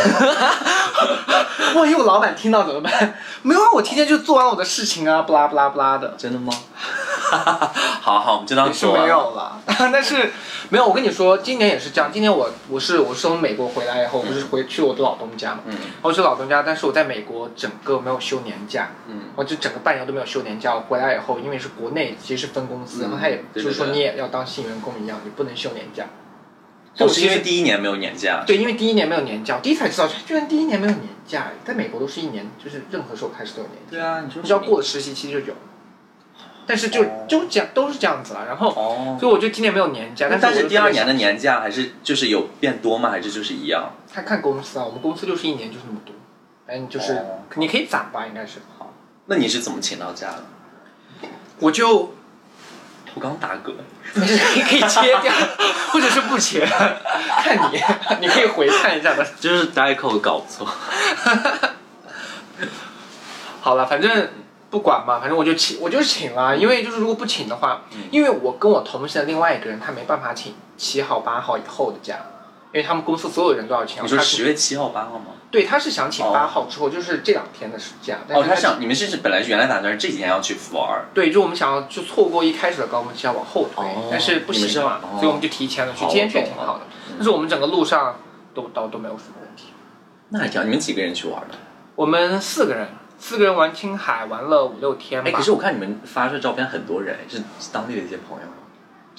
S2: 万一我老板听到怎么办？没有啊，我提前就做完我的事情啊，不拉不拉不拉的。
S1: 真的吗？ 好好，我们就当
S2: 也是
S1: 做
S2: 没有啊了， 但是没有。我跟你说，今年也是这样。今年我我是我是从美国回来以后，我不是回去我的老东家嘛，
S1: 嗯
S2: 然后去老东家，但是我在美国整个没有休年假，
S1: 嗯，
S2: 我就整个半年都没有休年假。我回来以后，因为是国内其实是分公司，然后他也
S1: 嗯对
S2: 就是说
S1: 对对
S2: 你也要当新员工一样，你不能休年假。所
S1: 就是
S2: 以我其
S1: 因为
S2: 实
S1: 第一年没有年假，
S2: 对，因为第一年没有年假，我第一次才知道，居然第一年没有年假，在美国都是一年，就是任何时候开始都有年假。
S1: 对啊，你说
S2: 你只要过了实习期就有。但是就
S1: 哦
S2: 就这样都是这样子了，然后
S1: 哦
S2: 所以我就今年没有年假，
S1: 但
S2: 哎但
S1: 是
S2: 我
S1: 第二年的
S2: 就
S1: 年假还是就是有变多吗？还是就是一样？
S2: 特别想，他看公司啊，我们公司就是一年就是那么多，反正就是、
S1: 哦
S2: 你可以攒吧，应该是。
S1: 那你是怎么请到假的？
S2: 我就
S1: 我刚打嗝。
S2: 没事，你可以切掉，或者是不切，看你，你可以回看一下吧。
S1: 就是代扣搞错，
S2: 好了，反正不管嘛，反正我就请，我就请了，因为就是如果不请的话，
S1: 嗯
S2: 因为我跟我同行的另外一个人他没办法请七号、八号以后的假，因为他们公司所有人都要请。
S1: 你说
S2: 他
S1: 十月七号、八号吗？
S2: 对，他是想请
S1: 哦
S2: 八号之后，就是这两天的暑假。但
S1: 哦，
S2: 是
S1: 他想你们是本来原来打算是这几天要去玩儿，
S2: 对，就我们想要就错过一开始的高峰期，要往后推，
S1: 哦
S2: 但是不
S1: 你们是
S2: 行嘛，
S1: 哦
S2: 所以我们就提前了去。
S1: 好
S2: 今天去
S1: 我
S2: 也
S1: 懂
S2: 挺
S1: 了
S2: 好的，但是我们整个路上都都都没有什么问题。
S1: 那还挺好。你们几个人去玩的？
S2: 我们四个人，四个人玩青海玩了五六天吧。
S1: 哎，可是我看你们发出的照片，很多人是是当地的一些朋友吗。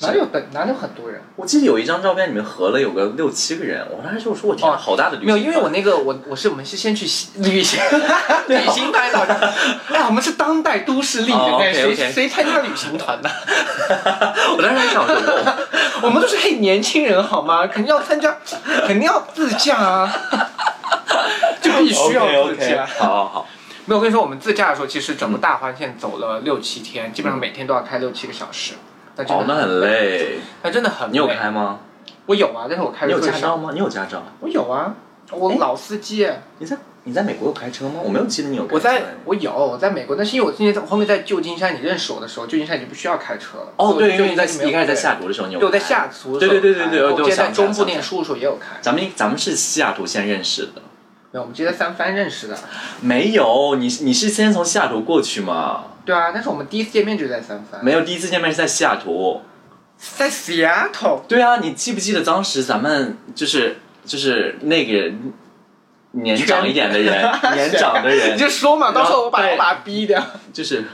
S2: 哪有本哪有很多人？
S1: 我记得有一张照片，你们合了有个六七个人，我当时就说，我天啊，
S2: 哦
S1: 好大的旅行
S2: 没有，
S1: 团。
S2: 因为我那个我我是我们是先去西 旅行，旅行团导的。哎，我们是当代都市丽
S1: 哦
S2: 人，哎谁
S1: OK，OK
S2: 谁参加旅行团呢？
S1: 我当时还想说，哇
S2: 我们都是嘿年轻人好吗？肯定要参加，肯定要自驾啊， 就必须要
S1: OK，OK，
S2: 自驾。
S1: 好好好，
S2: 没有，我跟你说，我们自驾的时候，其实整个大环线走了六七天，基本上每天都要开六七个小时。那真
S1: 哦，那
S2: 的，
S1: 很累。
S2: 那真的 很累。
S1: 你有？开吗？
S2: 我有啊，但是我开
S1: 你
S2: 的
S1: 有
S2: 最
S1: 驾照
S2: 少。
S1: 吗？你有驾照？
S2: 我有啊，我老司机。
S1: 你在你在美国有开车吗？我没有记得你有开车。
S2: 嗯我在我有我在美国，但是因为我今年在后面在旧金山，你认识我的时候，旧金山已经不需要开车了。
S1: 哦，对，因
S2: 所
S1: 为
S2: 以我
S1: 你在
S2: 旧金山就没有
S1: 一开始在
S2: 开
S1: 西雅图的时候，你有
S2: 对，我在
S1: 开
S2: 西雅图
S1: 对
S2: 的时候
S1: 对
S2: 开。
S1: 对对对对
S2: 我之前在
S1: 我想
S2: 中
S1: 起来
S2: 部念书的时候也有开。
S1: 咱们咱们是西雅图先认识的，
S2: 没有，我们直接在三藩认识的。
S1: 没有你你是先从西雅图过去吗？
S2: 对啊，但是我们第一次见面就是在三藩，
S1: 没有，第一次见面是在西雅图。
S2: 在 Seattle。
S1: 对啊，你记不记得当时咱们就是就是那个年长一点的人， 年长的人
S2: 你，就说嘛，到时候我把
S1: 对
S2: 我把他逼掉。
S1: 就是，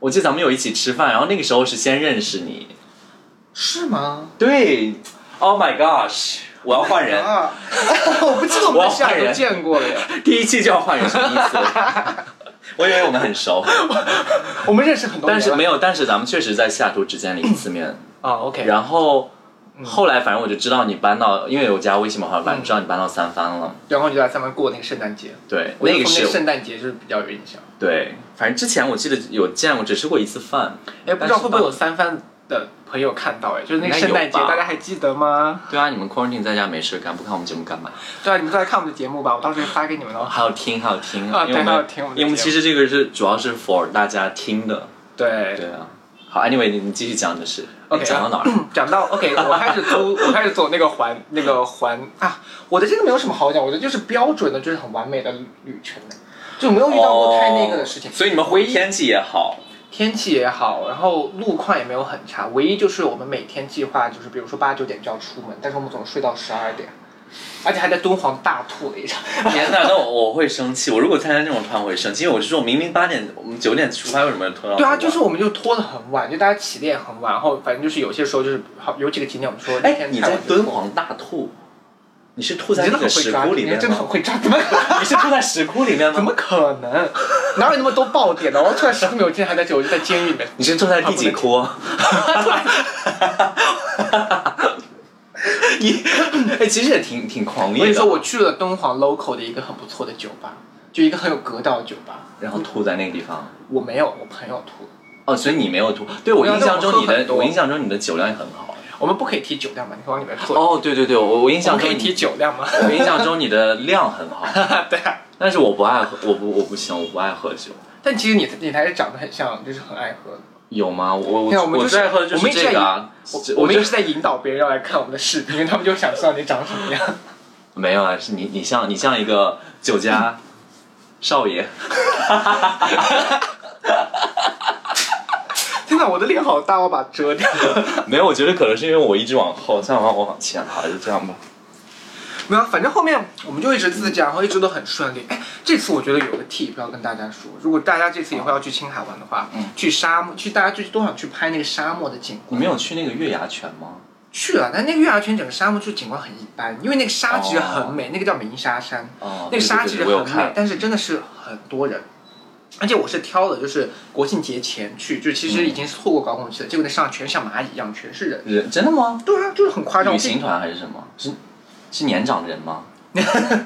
S1: 我记得咱们有一起吃饭，然后那个时候是先认识你，
S2: 是吗？
S1: 对，Oh my gosh，我要换人，
S2: 啊！ 我不记得我们在哪
S1: 我要换
S2: 里
S1: 人
S2: 见过了呀。
S1: 第一期就要换人，什么意思？ 我以为我们很 熟，
S2: 我们认识很多年
S1: 但
S2: 了，
S1: 是没有，但是咱们确实在西雅图只见了一次面，
S2: 啊。OK，
S1: 然后。后来反正我就知道你搬到，因为我加微信嘛，后来反正知道你搬到三番了。
S2: 然后你就来三藩过那个圣诞节，
S1: 对，
S2: 我就
S1: 那个
S2: 从
S1: 是
S2: 圣诞节就是比较有印象。
S1: 对，反正之前我记得有见过，只吃过一次饭。
S2: 哎，不知道会不会有三番的朋友看到？哎，就是那
S1: 应
S2: 个
S1: 该
S2: 圣诞
S1: 有
S2: 节，
S1: 吧
S2: 大家还记得吗？
S1: 对啊，你们 quarantine 在家没事干，不看我们节目干嘛？
S2: 对啊，你们都来看我们的节目吧，我到时候发给你们哦。
S1: 还有听，还有听，
S2: 啊
S1: 因为
S2: 对还有
S1: 们
S2: 听我们的
S1: 因为我们
S2: 节目
S1: 其实这个是主要是 for 大家听的。
S2: 对
S1: 对啊，好，anyway，你你继续讲你的事。
S2: OK，嗯
S1: 讲到哪儿？
S2: 讲到 OK，我开始 租，我开始走那个环，那个环啊，我的这个没有什么好讲，我的就是标准的，就是很完美的旅程，就没有遇到过太那个的事情。
S1: 哦所以你们回天气也好，
S2: 天气也好，然后路况也没有很差，唯一就是我们每天计划就是，比如说八九点就要出门，但是我们总是睡到十二点，而且还在敦煌大吐了 一场。
S1: 天哪，那我我会生气。我如果参加这种团，我会生气，因为我是说明明八点，我们九点出发，为什么要拖到？
S2: 对啊，就是。我们就拖得很晚，就大家起的也很晚，然后反正就是有些时候就是好有几个景点我们说一
S1: 哎，
S2: 天
S1: 你
S2: 太
S1: 在
S2: 晚就
S1: 敦
S2: 错
S1: 煌大吐，你是吐
S2: 你
S1: 在
S2: 真
S1: 那
S2: 的
S1: 个
S2: 很会
S1: 石
S2: 抓，
S1: 窟里
S2: 你
S1: 面
S2: 真的很
S1: 吗？
S2: 会抓，怎么 可能？
S1: 你是吐在石窟里面
S2: 怎
S1: 吗？
S2: 么可能？哪有那么多爆点呢？我突然时不我竟然还在酒，我就在监狱里面。
S1: 你是吐在第几窟？ 你哎，其实也挺挺狂
S2: 我跟
S1: 野
S2: 你说，
S1: 的。
S2: 我去了敦煌 local 的一个很不错的酒吧，就一个很有格调的酒吧。
S1: 然后吐在那个地方。
S2: 我没有，我朋友吐。
S1: 哦，所以你没有吐。对我
S2: 没有
S1: 印象中你
S2: 但我喝
S1: 的
S2: 很，多
S1: 我印象中你的酒量也很好。
S2: 我们不可以提酒量嘛？你往里面坐。
S1: 哦，对对对，我我印
S2: 我
S1: 象
S2: 们可
S1: 中
S2: 以
S1: 你
S2: 提酒量吗？
S1: 我印象中你的量很好，
S2: 对啊。
S1: 但是我不爱喝，我不我不行，我不爱喝酒。
S2: 但其实你你还是长得很像，就是很爱喝的。
S1: 有吗？我
S2: 对啊
S1: 我
S2: 我们就是
S1: 最爱喝的就
S2: 我们一直
S1: 这
S2: 在
S1: 个啊。
S2: 我我们
S1: 就
S2: 一直在引导别人要来看我们的视频，因为他们就想知道你长什么样。
S1: 没有啊，是你你像你像一个酒家少爷。
S2: 天哪，我的脸好大，我把它遮 掉。
S1: 没有，我觉得可能是因为我一直往后，再往我往前，好，就这样吧。
S2: 没啊有，反正后面我们就一直自驾，然后一直都很顺利。哎，这次我觉得有个 tip 要跟大家说，如果大家这次以后要去青海玩的话，
S1: 嗯
S2: 去沙漠，去大家就都想去拍那个沙漠的景
S1: 你
S2: 观。
S1: 没有去那个月牙泉吗？
S2: 去了，但那个月牙泉整个沙漠就景观很一般，因为那个沙其实很美，那个叫鸣沙山，
S1: 哦，
S2: 那个沙
S1: 对
S2: 其实
S1: 对对我有
S2: 很美
S1: 看，。
S2: 但是真的是很多人。而且我是挑的，就是国庆节前去，就其
S1: 嗯
S2: 实已经是错过高峰期了，结果那上全像蚂蚁一样，全是人。
S1: 人真的吗？
S2: 对啊，就是很夸张。
S1: 旅
S2: 我自己
S1: 行团还是什么？是是年长人 吗？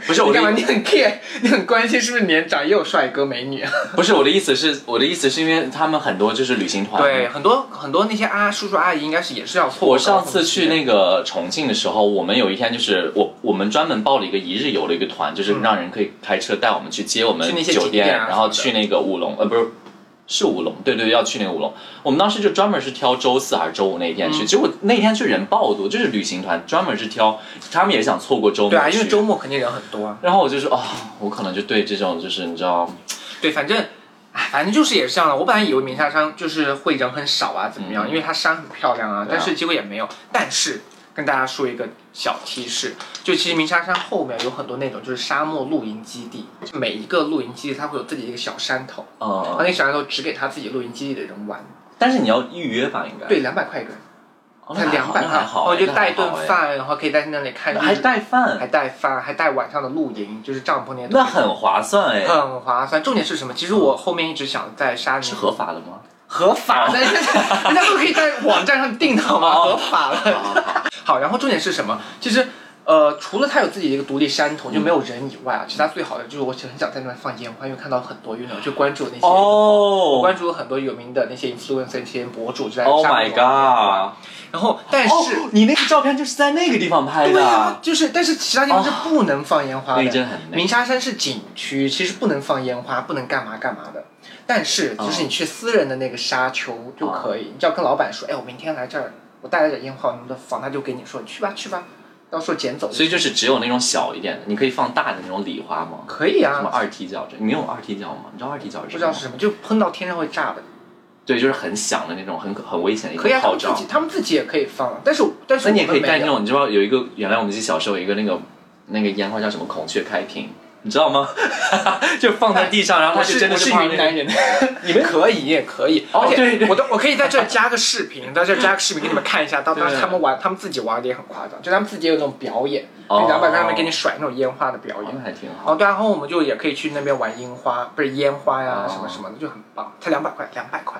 S1: 不是
S2: 你
S1: 我
S2: 干嘛？
S1: 的意，
S2: 你很 care，你很关心是不是年长也有帅哥美女？啊
S1: 不是我的意思是，我的意思是因为他们很多就是旅行团，
S2: 对，很多很多那些啊叔叔阿姨应该是也是要错过
S1: 啊我
S2: 高峰期
S1: 上次
S2: 的。
S1: 去那个重庆的时候，我们有一天就是我我们专门报了一个一日游的一个团，就是让人可以开车带我们去接我们
S2: 嗯去那些
S1: 酒
S2: 景点啊
S1: 然后
S2: 什么的
S1: 去那个武隆，呃，不是。是武隆，对对，要去那个武隆。我们当时就专门是挑周四还是周五那一
S2: 嗯
S1: 天去，结果那天去人爆多，就是旅行团专门是挑，他们也想错过周末。
S2: 对啊，因为周。末肯定人很多啊。
S1: 然后我就说啊、我可能就对这种就是你知道，
S2: 对，反正。哎，反正就是也是这样的。我本来以为鸣沙山就是会人很少啊，怎么样？
S1: 嗯
S2: 因为它山很漂亮啊，
S1: 对啊
S2: 但是结果也没有。但是跟大家说一个小提示，就其实鸣沙山后面有很多那种就是沙漠露营基地，每一个露营基地它会有自己的一个小山头，然后
S1: 呃
S2: 那，个小山头只给他自己露营基地的人玩，
S1: 但是你要预约吧，应该。
S2: 对，两百块一个人。
S1: 哦，
S2: 才
S1: 那还
S2: 两
S1: 好
S2: 百
S1: 那
S2: 块，
S1: 还好哎，
S2: 哦，就
S1: 那
S2: 带
S1: 还
S2: 一顿
S1: 好哎，
S2: 饭，然后可以在那里看日，
S1: 还带
S2: 还
S1: 饭，
S2: 带饭，还带晚上的露营，就是帐篷那些东
S1: 那
S2: 西，
S1: 很嗯划算哎。
S2: 很划算。重点是什么？其实我后面一直想在沙
S1: 是
S2: 宁
S1: 合法的吗？
S2: 合法的， 人家都可以在网站上订的好吗？合
S1: 哦
S2: 法了。好，然后重点是什么？其实。呃，除了它有自己的一个独立山头，就没有人以外
S1: 嗯
S2: 啊，其他最好的就是我很想在那边放烟花，因为看到很多，因为我就关注那些，我
S1: 哦
S2: 关注了很多有名的那些 influencer、那些博主就在
S1: ，Oh
S2: 沙漠
S1: my
S2: 放烟花
S1: god！
S2: 然后，但
S1: 哦
S2: 哎是、，
S1: 你那个照片就是在那个地方拍
S2: 对
S1: 的
S2: 啊
S1: 啊，，
S2: 就是，但是其他地方是不能放烟花
S1: 那个
S2: 的。
S1: 真的很美。
S2: 鸣沙山是景区，其实不能放烟花，不能干嘛干嘛的。但是
S1: 哦
S2: 就是你去私人的那个沙丘就可以，你只要跟老板说，哎，我明天来这儿，我带了点烟花，你们的房他就给你说，去吧去吧，到时候捡走就行。
S1: 所以就是只有那种小一点的，你可以放大的那种礼花吗？
S2: 可以
S1: 什么
S2: 啊，
S1: 二踢脚这？你有二踢脚吗？你知道二踢脚是什么？
S2: 不知道是什么，就喷到天上会炸的。
S1: 对，就是很响的那种，很很危险的一
S2: 可以
S1: 种
S2: 啊，他
S1: 炮
S2: 们自
S1: 仗
S2: 己。他们自己也可以放，但是但是
S1: 那
S2: 我
S1: 你也
S2: 们
S1: 可以带
S2: 没
S1: 那
S2: 有。
S1: 种，你知道有一个原来我们自己小时候有一个那个那个烟花叫什么孔雀开屏，你知道吗？ 就放在地上，然后它
S2: 我
S1: 就是真的
S2: 我是
S1: 泡那
S2: 云
S1: 个
S2: 南人， 你们可以，你也可以。
S1: 哦
S2: 而
S1: 对
S2: 且
S1: 对
S2: 我都我可以在这儿加个视频，在这儿加个视频给你们 看一下。到当时
S1: 对
S2: 他们玩，他们自己玩的也很夸张，就他们自己也有那种表演，
S1: 哦
S2: 两百块上面给你甩那种烟花的表演
S1: 哦。那还挺好。
S2: 哦，对啊，然后我们就也可以去那边玩樱花，不是烟花呀、
S1: 哦
S2: 什么什么的，就很棒，才两百块，两百块。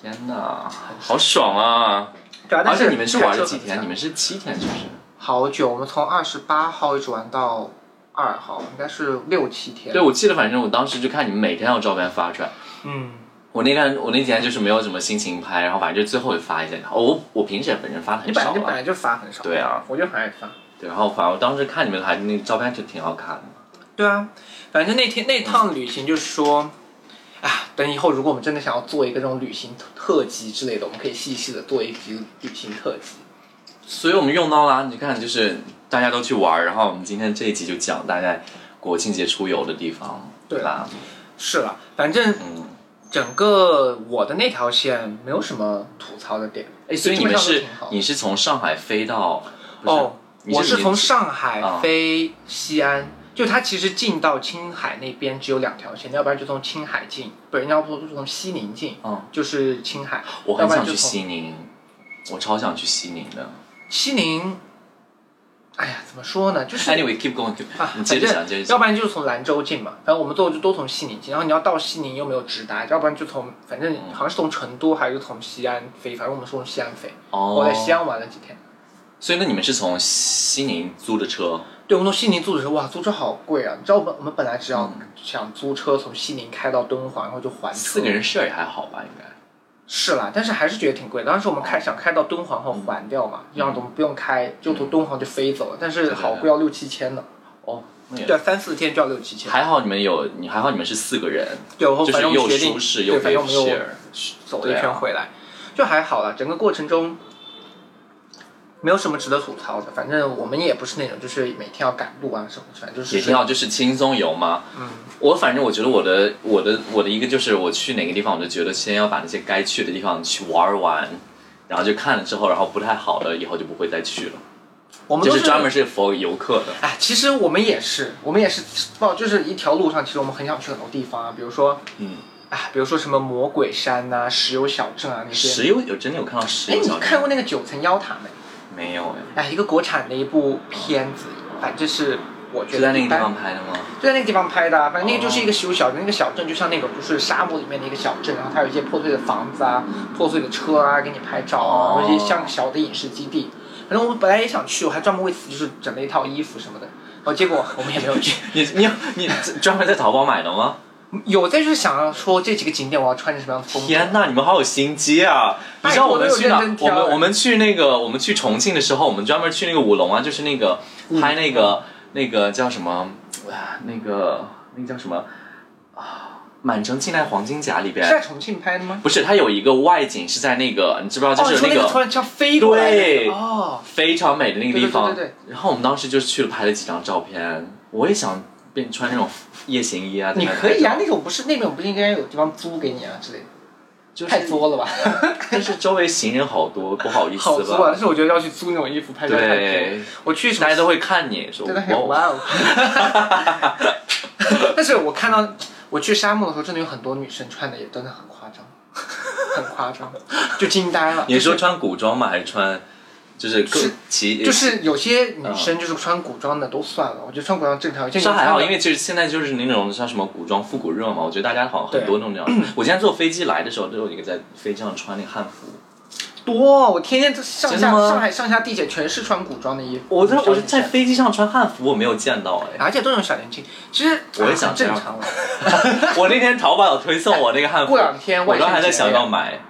S1: 天哪，好爽啊！
S2: 对啊，但
S1: 而且
S2: 是
S1: 你们是玩了
S2: 开车
S1: 几
S2: 很
S1: 天？
S2: 赞
S1: 你们是七天是不是？
S2: 好久，我们从二十八号一直玩到二号，应该是六七天。
S1: 对，，我记得，反正我当时就看你们每天有照片发出来。
S2: 嗯，
S1: 我那天我那几天就是没有什么心情拍，然后反正就最后也发一下。哦我我平时也本人发的
S2: 你
S1: 很
S2: 本来
S1: 少
S2: 你本
S1: 了。
S2: 来就发很少，
S1: 对啊，
S2: 我就很爱发。
S1: 对，然后反正我当时看你们还那个照片就挺好看的。
S2: 对啊，反正那天那趟旅行就是说，啊，等以后如果我们真的想要做一个这种旅行特特辑之类的，我们可以细细的做一集旅行特辑。
S1: 所以我们用到啊啦，你看，就是大家都去玩儿，然后我们今天这一集就讲大概国庆节出游的地方，
S2: 对
S1: 吧？
S2: 是了，反正
S1: 嗯，
S2: 整个我的那条线没有什么吐槽的点。
S1: 哎，所以你们
S2: 基
S1: 是
S2: 本上都挺好
S1: 你是从上海飞到不是
S2: 哦，
S1: 你
S2: 我
S1: 是
S2: 是
S1: 你
S2: 从上海
S1: 啊
S2: 飞西安，就它其实进到青海那边只有两条线，要不然就从青海进，不是，要不就从西宁进，
S1: 嗯，
S2: 就是青海。
S1: 我
S2: 要
S1: 很
S2: 不然
S1: 想
S2: 就
S1: 去
S2: 从
S1: 西宁，我超想去西宁的。
S2: 西宁，哎呀，怎么说呢？就是
S1: Anyway，keep going，keep，
S2: 啊，
S1: 你
S2: 反
S1: 接着讲，
S2: 正
S1: 接着
S2: 要
S1: 讲。
S2: 不然就是从兰州进嘛，反正我们最后就都从西宁进，然后你要到西宁又没有直达，要不然就从反正好像是从成都还是从西安飞，反正我们是从西安飞。我在西
S1: 哦，
S2: 安玩了几天，
S1: 所以那你们是从西宁租的车，
S2: 对，我们从西宁租的时候，哇，租车好贵啊！你知道我们我们本来只要想租车从西宁开到敦煌，然后就还
S1: 嗯
S2: 车
S1: 四个人 share 也还好吧，应该。
S2: 是啦，但是还是觉得挺贵的。当时我们
S1: 哦
S2: 开想开到敦煌后还掉嘛，
S1: 嗯
S2: 这样子我们不用开，就从敦煌就飞走了，但是好贵，要六七千呢。
S1: 哦，那也
S2: 对，三四天就要六七千。
S1: 还好，你们有你还好，你们是四个人，
S2: 对，然后
S1: 就
S2: 哦
S1: 是
S2: 反正我
S1: 又
S2: 们决定，
S1: 舒适又
S2: 对，
S1: 可
S2: 反
S1: 以
S2: 正我们又
S1: share。
S2: 走了一
S1: 啊
S2: 圈回来，就还好了。整个过程中没有什么值得吐槽的，反正我们也不是那种就是每天要赶路啊什么，反正就是
S1: 也挺好，就是轻松游嘛。嗯，我反正我觉得我的我的我的一个就是我去哪个地方，我就觉得先要把那些该去的地方去玩儿完，然后就看了之后，然后不太好的以后就不会再去了，
S2: 我们
S1: 就
S2: 都
S1: 是专门是 for 游客的。
S2: 哎，其实我们也是，我们也是报，就是一条路上，其实我们很想去很多地方啊，比如说，
S1: 嗯，
S2: 啊，比如说什么魔鬼山呐、石油小镇啊那些。
S1: 石油有真的有看到石
S2: 哎，
S1: 油
S2: 你
S1: 小镇？
S2: 看过那个《九层妖塔》没？
S1: 没有哎？
S2: 哎，一个国产的一部片子，反正是我觉
S1: 就
S2: 得
S1: 在那个
S2: 一
S1: 地
S2: 般
S1: 方，拍的吗？
S2: 就在那个地方拍的、啊。反正那个就
S1: 哦
S2: 是一个石油小镇，那个小镇就像那种就是沙漠里面的一个小镇，然后它有一些破碎的房子啊、破碎的车啊，给你拍照啊，
S1: 哦
S2: 然后一些像小的影视基地。反正我本来也想去，我还专门为此就是整了一套衣服什么的，然后结果我们也没有 去。
S1: 你你你专门在淘宝买的吗？
S2: 有在就是想要说这几个景点我要穿成什么样的风格。
S1: 天呐，你们好有心机啊！你
S2: 拜
S1: 知道
S2: 托
S1: 我们
S2: 我有
S1: 去哪
S2: 认真？
S1: 我
S2: 挑
S1: 们
S2: 哎
S1: 我们去那个我们去重庆的时候，我们专门去那个舞龙啊，就是那个拍那个、那个叫什么啊？那个那个叫什么啊？啊满城尽带黄金甲里
S2: 是
S1: 边
S2: 在重庆拍的吗？
S1: 不是，它有一个外景是在那个你知不知道？就
S2: 哦，你
S1: 是
S2: 说
S1: 那
S2: 那
S1: 个、
S2: 突然这样飞过来的
S1: 对
S2: 哦，
S1: 非常美的那个地方。
S2: 对对对对
S1: 然后我们当时就是去了拍了几张照片，我也想变穿那种夜行衣啊。在
S2: 你
S1: 那
S2: 可以
S1: 拍照
S2: 啊，那种不是那种不是应该有地方租给你啊 之类的，
S1: 就是
S2: 太作了吧？
S1: 但是周围行人好多，不好意思
S2: 好
S1: 吧？
S2: 作啊！但是我觉得要去租那种衣服拍照太作了
S1: 对，
S2: 我去什
S1: 大
S2: 么
S1: 家都会看你说
S2: 真的很
S1: 哇
S2: 哇哦。 但是我看到我去沙漠的时候，真的有很多女生穿的也真的很夸张，很夸张，就惊呆了。
S1: 你是
S2: 就
S1: 说
S2: 是
S1: 穿古装吗？还是穿就是各
S2: 是
S1: 其呃
S2: 就是有些女生就是穿古装的都算了，我觉得穿古装正常。有些女
S1: 嗯上
S2: 生
S1: 海还好，因
S2: 为
S1: 为就是现在就是那种像什么古装复古热嘛，我觉得大家好像很
S2: 对
S1: 多那种这样。我今天坐飞机来的时候，都有一个在飞机上穿那个汉服。
S2: 多，我天天都上
S1: 真的
S2: 下
S1: 吗
S2: 上海上下地铁全是穿古装的衣服。
S1: 我在我是在
S2: 在，
S1: 飞机上穿汉服，我没有见到 哎。
S2: 而且都是小年轻，其实
S1: 我也
S2: 啊
S1: 想
S2: 很
S1: 这样
S2: 正常了。
S1: 我那天淘宝有推送我那个汉服，
S2: 过两天
S1: 我
S2: 万圣节
S1: 刚还在想要买。哎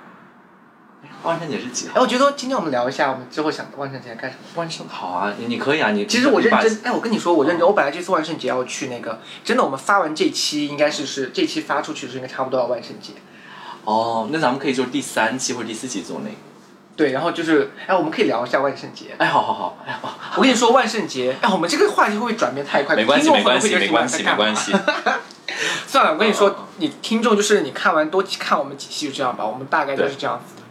S1: 万圣节是几
S2: 哎，
S1: 号？
S2: 我觉得今天我们聊一下，我们之后想万圣节干什么。
S1: 万圣好啊，你你可以啊，你
S2: 其实我
S1: 你
S2: 认
S1: 把嗯
S2: 真，哎，我跟你说，我认真，我本来这次万圣节要去那个，真的，我们发完这期应该是是这期发出去是应该差不多要万圣节。
S1: 哦，那咱们可以就是第三期或者第四期做那个。
S2: 对，然后就是，哎，我们可以聊一下万圣节。
S1: 哎，好好好，哎呀，哇
S2: 我跟你说，万圣节，哎，我们这个话题会不会转变太快？
S1: 没关系，
S2: 听众
S1: 没关
S2: 会
S1: 系，
S2: 不会
S1: 没关系，没关
S2: 系。
S1: 系。
S2: 算了，我跟你
S1: 嗯
S2: 说，你听众就是你看完多看我们几期就这样吧，我们大概就是这样子的。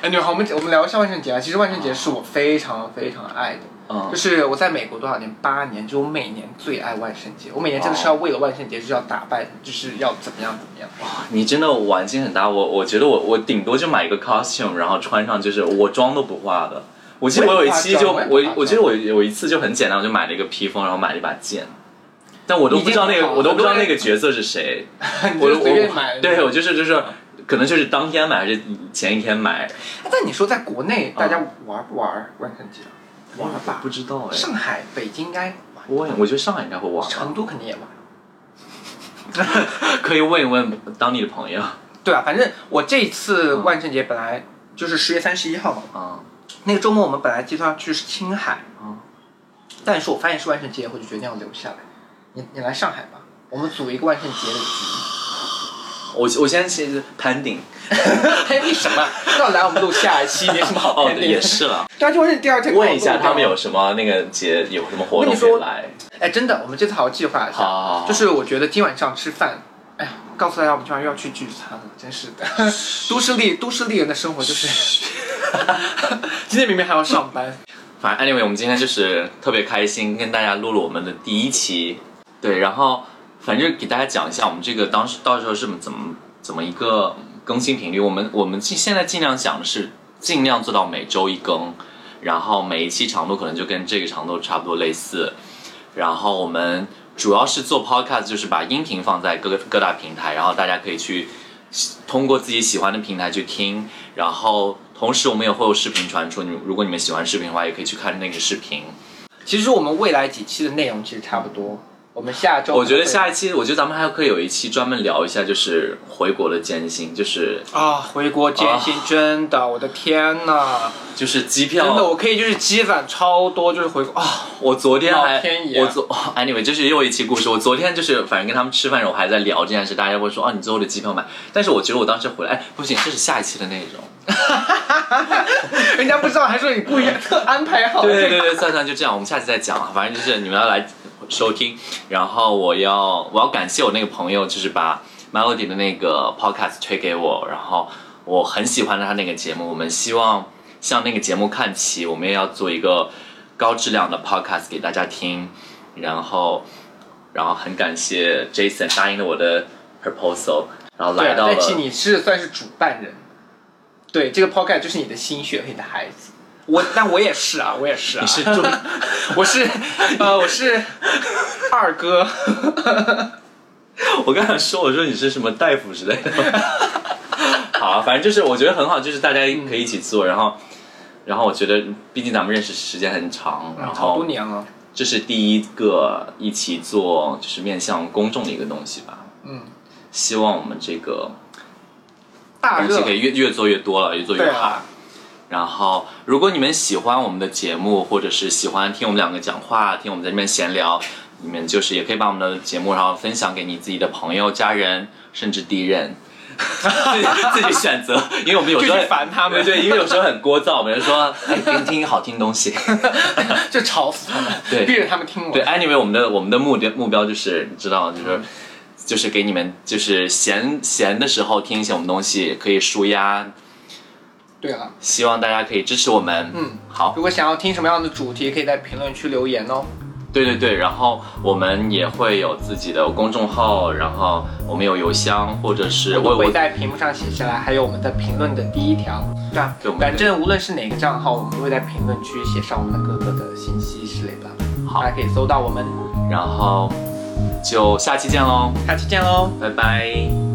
S2: 哎，你好，我们我们聊一下万圣节啊。其实万圣节是我非常非常爱的，
S1: 嗯
S2: 就是我在美国多少年？八年，就我每年最爱万圣节，我每年真的是要为了万圣节就是要打扮，就是要怎么样怎么样。
S1: 你真的玩心很大，我我觉得我我顶多就买一个 costume，然后穿上，就是我妆都不化的。我记得我有一期就
S2: 我也不化妆我
S1: 我
S2: 也不化妆
S1: 我记得我有一次就很简单，我就买了一个披风，然后买了一把剑，但我都不知道那
S2: 你已
S1: 个
S2: 经
S1: 我都不知道
S2: 很多
S1: 那
S2: 人
S1: 个角色是谁，
S2: 你
S1: 我
S2: 就随便买
S1: 我
S2: 了
S1: 对我就是就是可能就是当天买还是前一天买，
S2: 哎但你说在国内大家玩不玩万圣节？玩吧
S1: 不，知道哎，
S2: 上海、北京应该玩，
S1: 我也我觉得上海应该会玩吧，
S2: 成都肯定也玩。
S1: 可以问一问当地的朋友
S2: 对啊，反正我这次万圣节本来就是十月三十一号嘛，
S1: 啊，
S2: 那个周末我们本来计划去青海，
S1: 嗯
S2: 但是我发现是万圣节以后，就决定要留下来。你你来上海吧，我们组一个万圣节的局。
S1: 我我现在其实攀顶，
S2: 哎，为什么要来我们录下一期？没什么好
S1: 哦
S2: 看的。
S1: 也是 了，
S2: 对啊，就是第二天
S1: 问一下他们有。什么那个节有什么活
S2: 我跟
S1: 动
S2: 你
S1: 可
S2: 说
S1: 以来。
S2: 哎，真的，我们这次好好计划一下。
S1: 好，
S2: 就是我觉得今晚上吃饭，哎呀，告诉大家我们今晚又要去聚餐了，真是的。都市丽都市丽人的生活就是， 今天明明还要上班。
S1: 反正 anyway，我们今天就是特别开心，跟大家录了我们的第一期，对，然后反正给大家讲一下我们这个当时到时候是怎么怎么一个更新频率，我们我们尽现在尽量想的是尽量做到每周一更，然后每一期长度可能就跟这个长度差不多类似，然后我们主要是做 podcast，就是把音频放在各个各大平台，然后大家可以去通过自己喜欢的平台去听，然后同时我们也会有视频传出，你们如果你们喜欢视频的话，也可以去看那个视频。
S2: 其实我们未来几期的内容其实差不多，我们下周
S1: 我觉得
S2: 会
S1: 下一期，我觉得咱们还可以有一期专门聊一下，就是回国的艰辛，就是
S2: 啊，回国艰辛，真的，我的天呐！
S1: 就是机
S2: 真的，
S1: 票。
S2: 我可以就是积攒超多，就是回国啊，
S1: 我昨天还
S2: 老天爷
S1: 我昨 anyway 这是又一期故事。我昨天就是反正跟他们吃饭的时候，我还在聊这件事，大家会说啊你最后的机票买，但是我觉得我当时回来，哎不行，这是下一期的内容。
S2: 人家不知道，还说你故意特安排好。
S1: 对对对，算算就这样，我们下次再讲啊。反正就是你们要来收听，然后我要我要感谢我那个朋友，就是把 Melody 的那个 Podcast 推给我，然后我很喜欢他那个节目。我们希望向那个节目看齐，我们也要做一个高质量的 Podcast 给大家听。然后，然后很感谢 Jason 答应了我的 proposal，然后来
S2: 对，啊
S1: 到了
S2: 但是你是算是主办人，对，这个 podcast 就是你的心血和你的孩子。我，但我也是啊，我也是啊，
S1: 你是中
S2: 我是，呃，我是二哥，
S1: 我刚才说，我说你是什么大夫之类的。 好、啊，反正就是我觉得很好，就是大家可以一起做，然后，然后我觉得，毕竟咱们认识时间很长，然
S2: 好
S1: 后
S2: 嗯多年了，
S1: 这是第一个一起做就是面向公众的一个东西吧。
S2: 嗯，
S1: 希望我们这个
S2: 大
S1: 东西
S2: 热
S1: 可，以越越做越多了，越做
S2: 对
S1: 越好。
S2: 啊，
S1: 然后，如果你们喜欢我们的节目，或者是喜欢听我们两个讲话，听我们在这边闲聊，你们就是也可以把我们的节目，然后分享给你自己的朋友、家人，甚至敌人， 自己自己选择，因为我们有时候
S2: 就去烦他们
S1: 对对，因为有时候很聒噪，我们就说，哎，听听好听东西。
S2: 就吵死他们，
S1: 对
S2: 逼着他们听 我
S1: 对。，anyway，我们的我们的目的目标就是，你知道，就是。就是给你们，就是闲闲的时候听一些我们东西，可以舒压。
S2: 对了，
S1: 希望大家可以支持我们。
S2: 嗯，
S1: 好。
S2: 如果想要听什么样的主题，可以在评论区留言哦。
S1: 对对对，然后我们也会有自己的公众号，然后我们有邮箱，或者是
S2: 我
S1: 我
S2: 会
S1: 我
S2: 在屏幕上写下来，还有我们的评论的第一条。对啊
S1: 对我，们
S2: 反正无论是哪个账号，我们都会在评论区写上我们各个的信息之类的，
S1: 好
S2: 大家可以搜到我们。
S1: 然后就下期见喽，
S2: 下期见喽！
S1: 拜拜。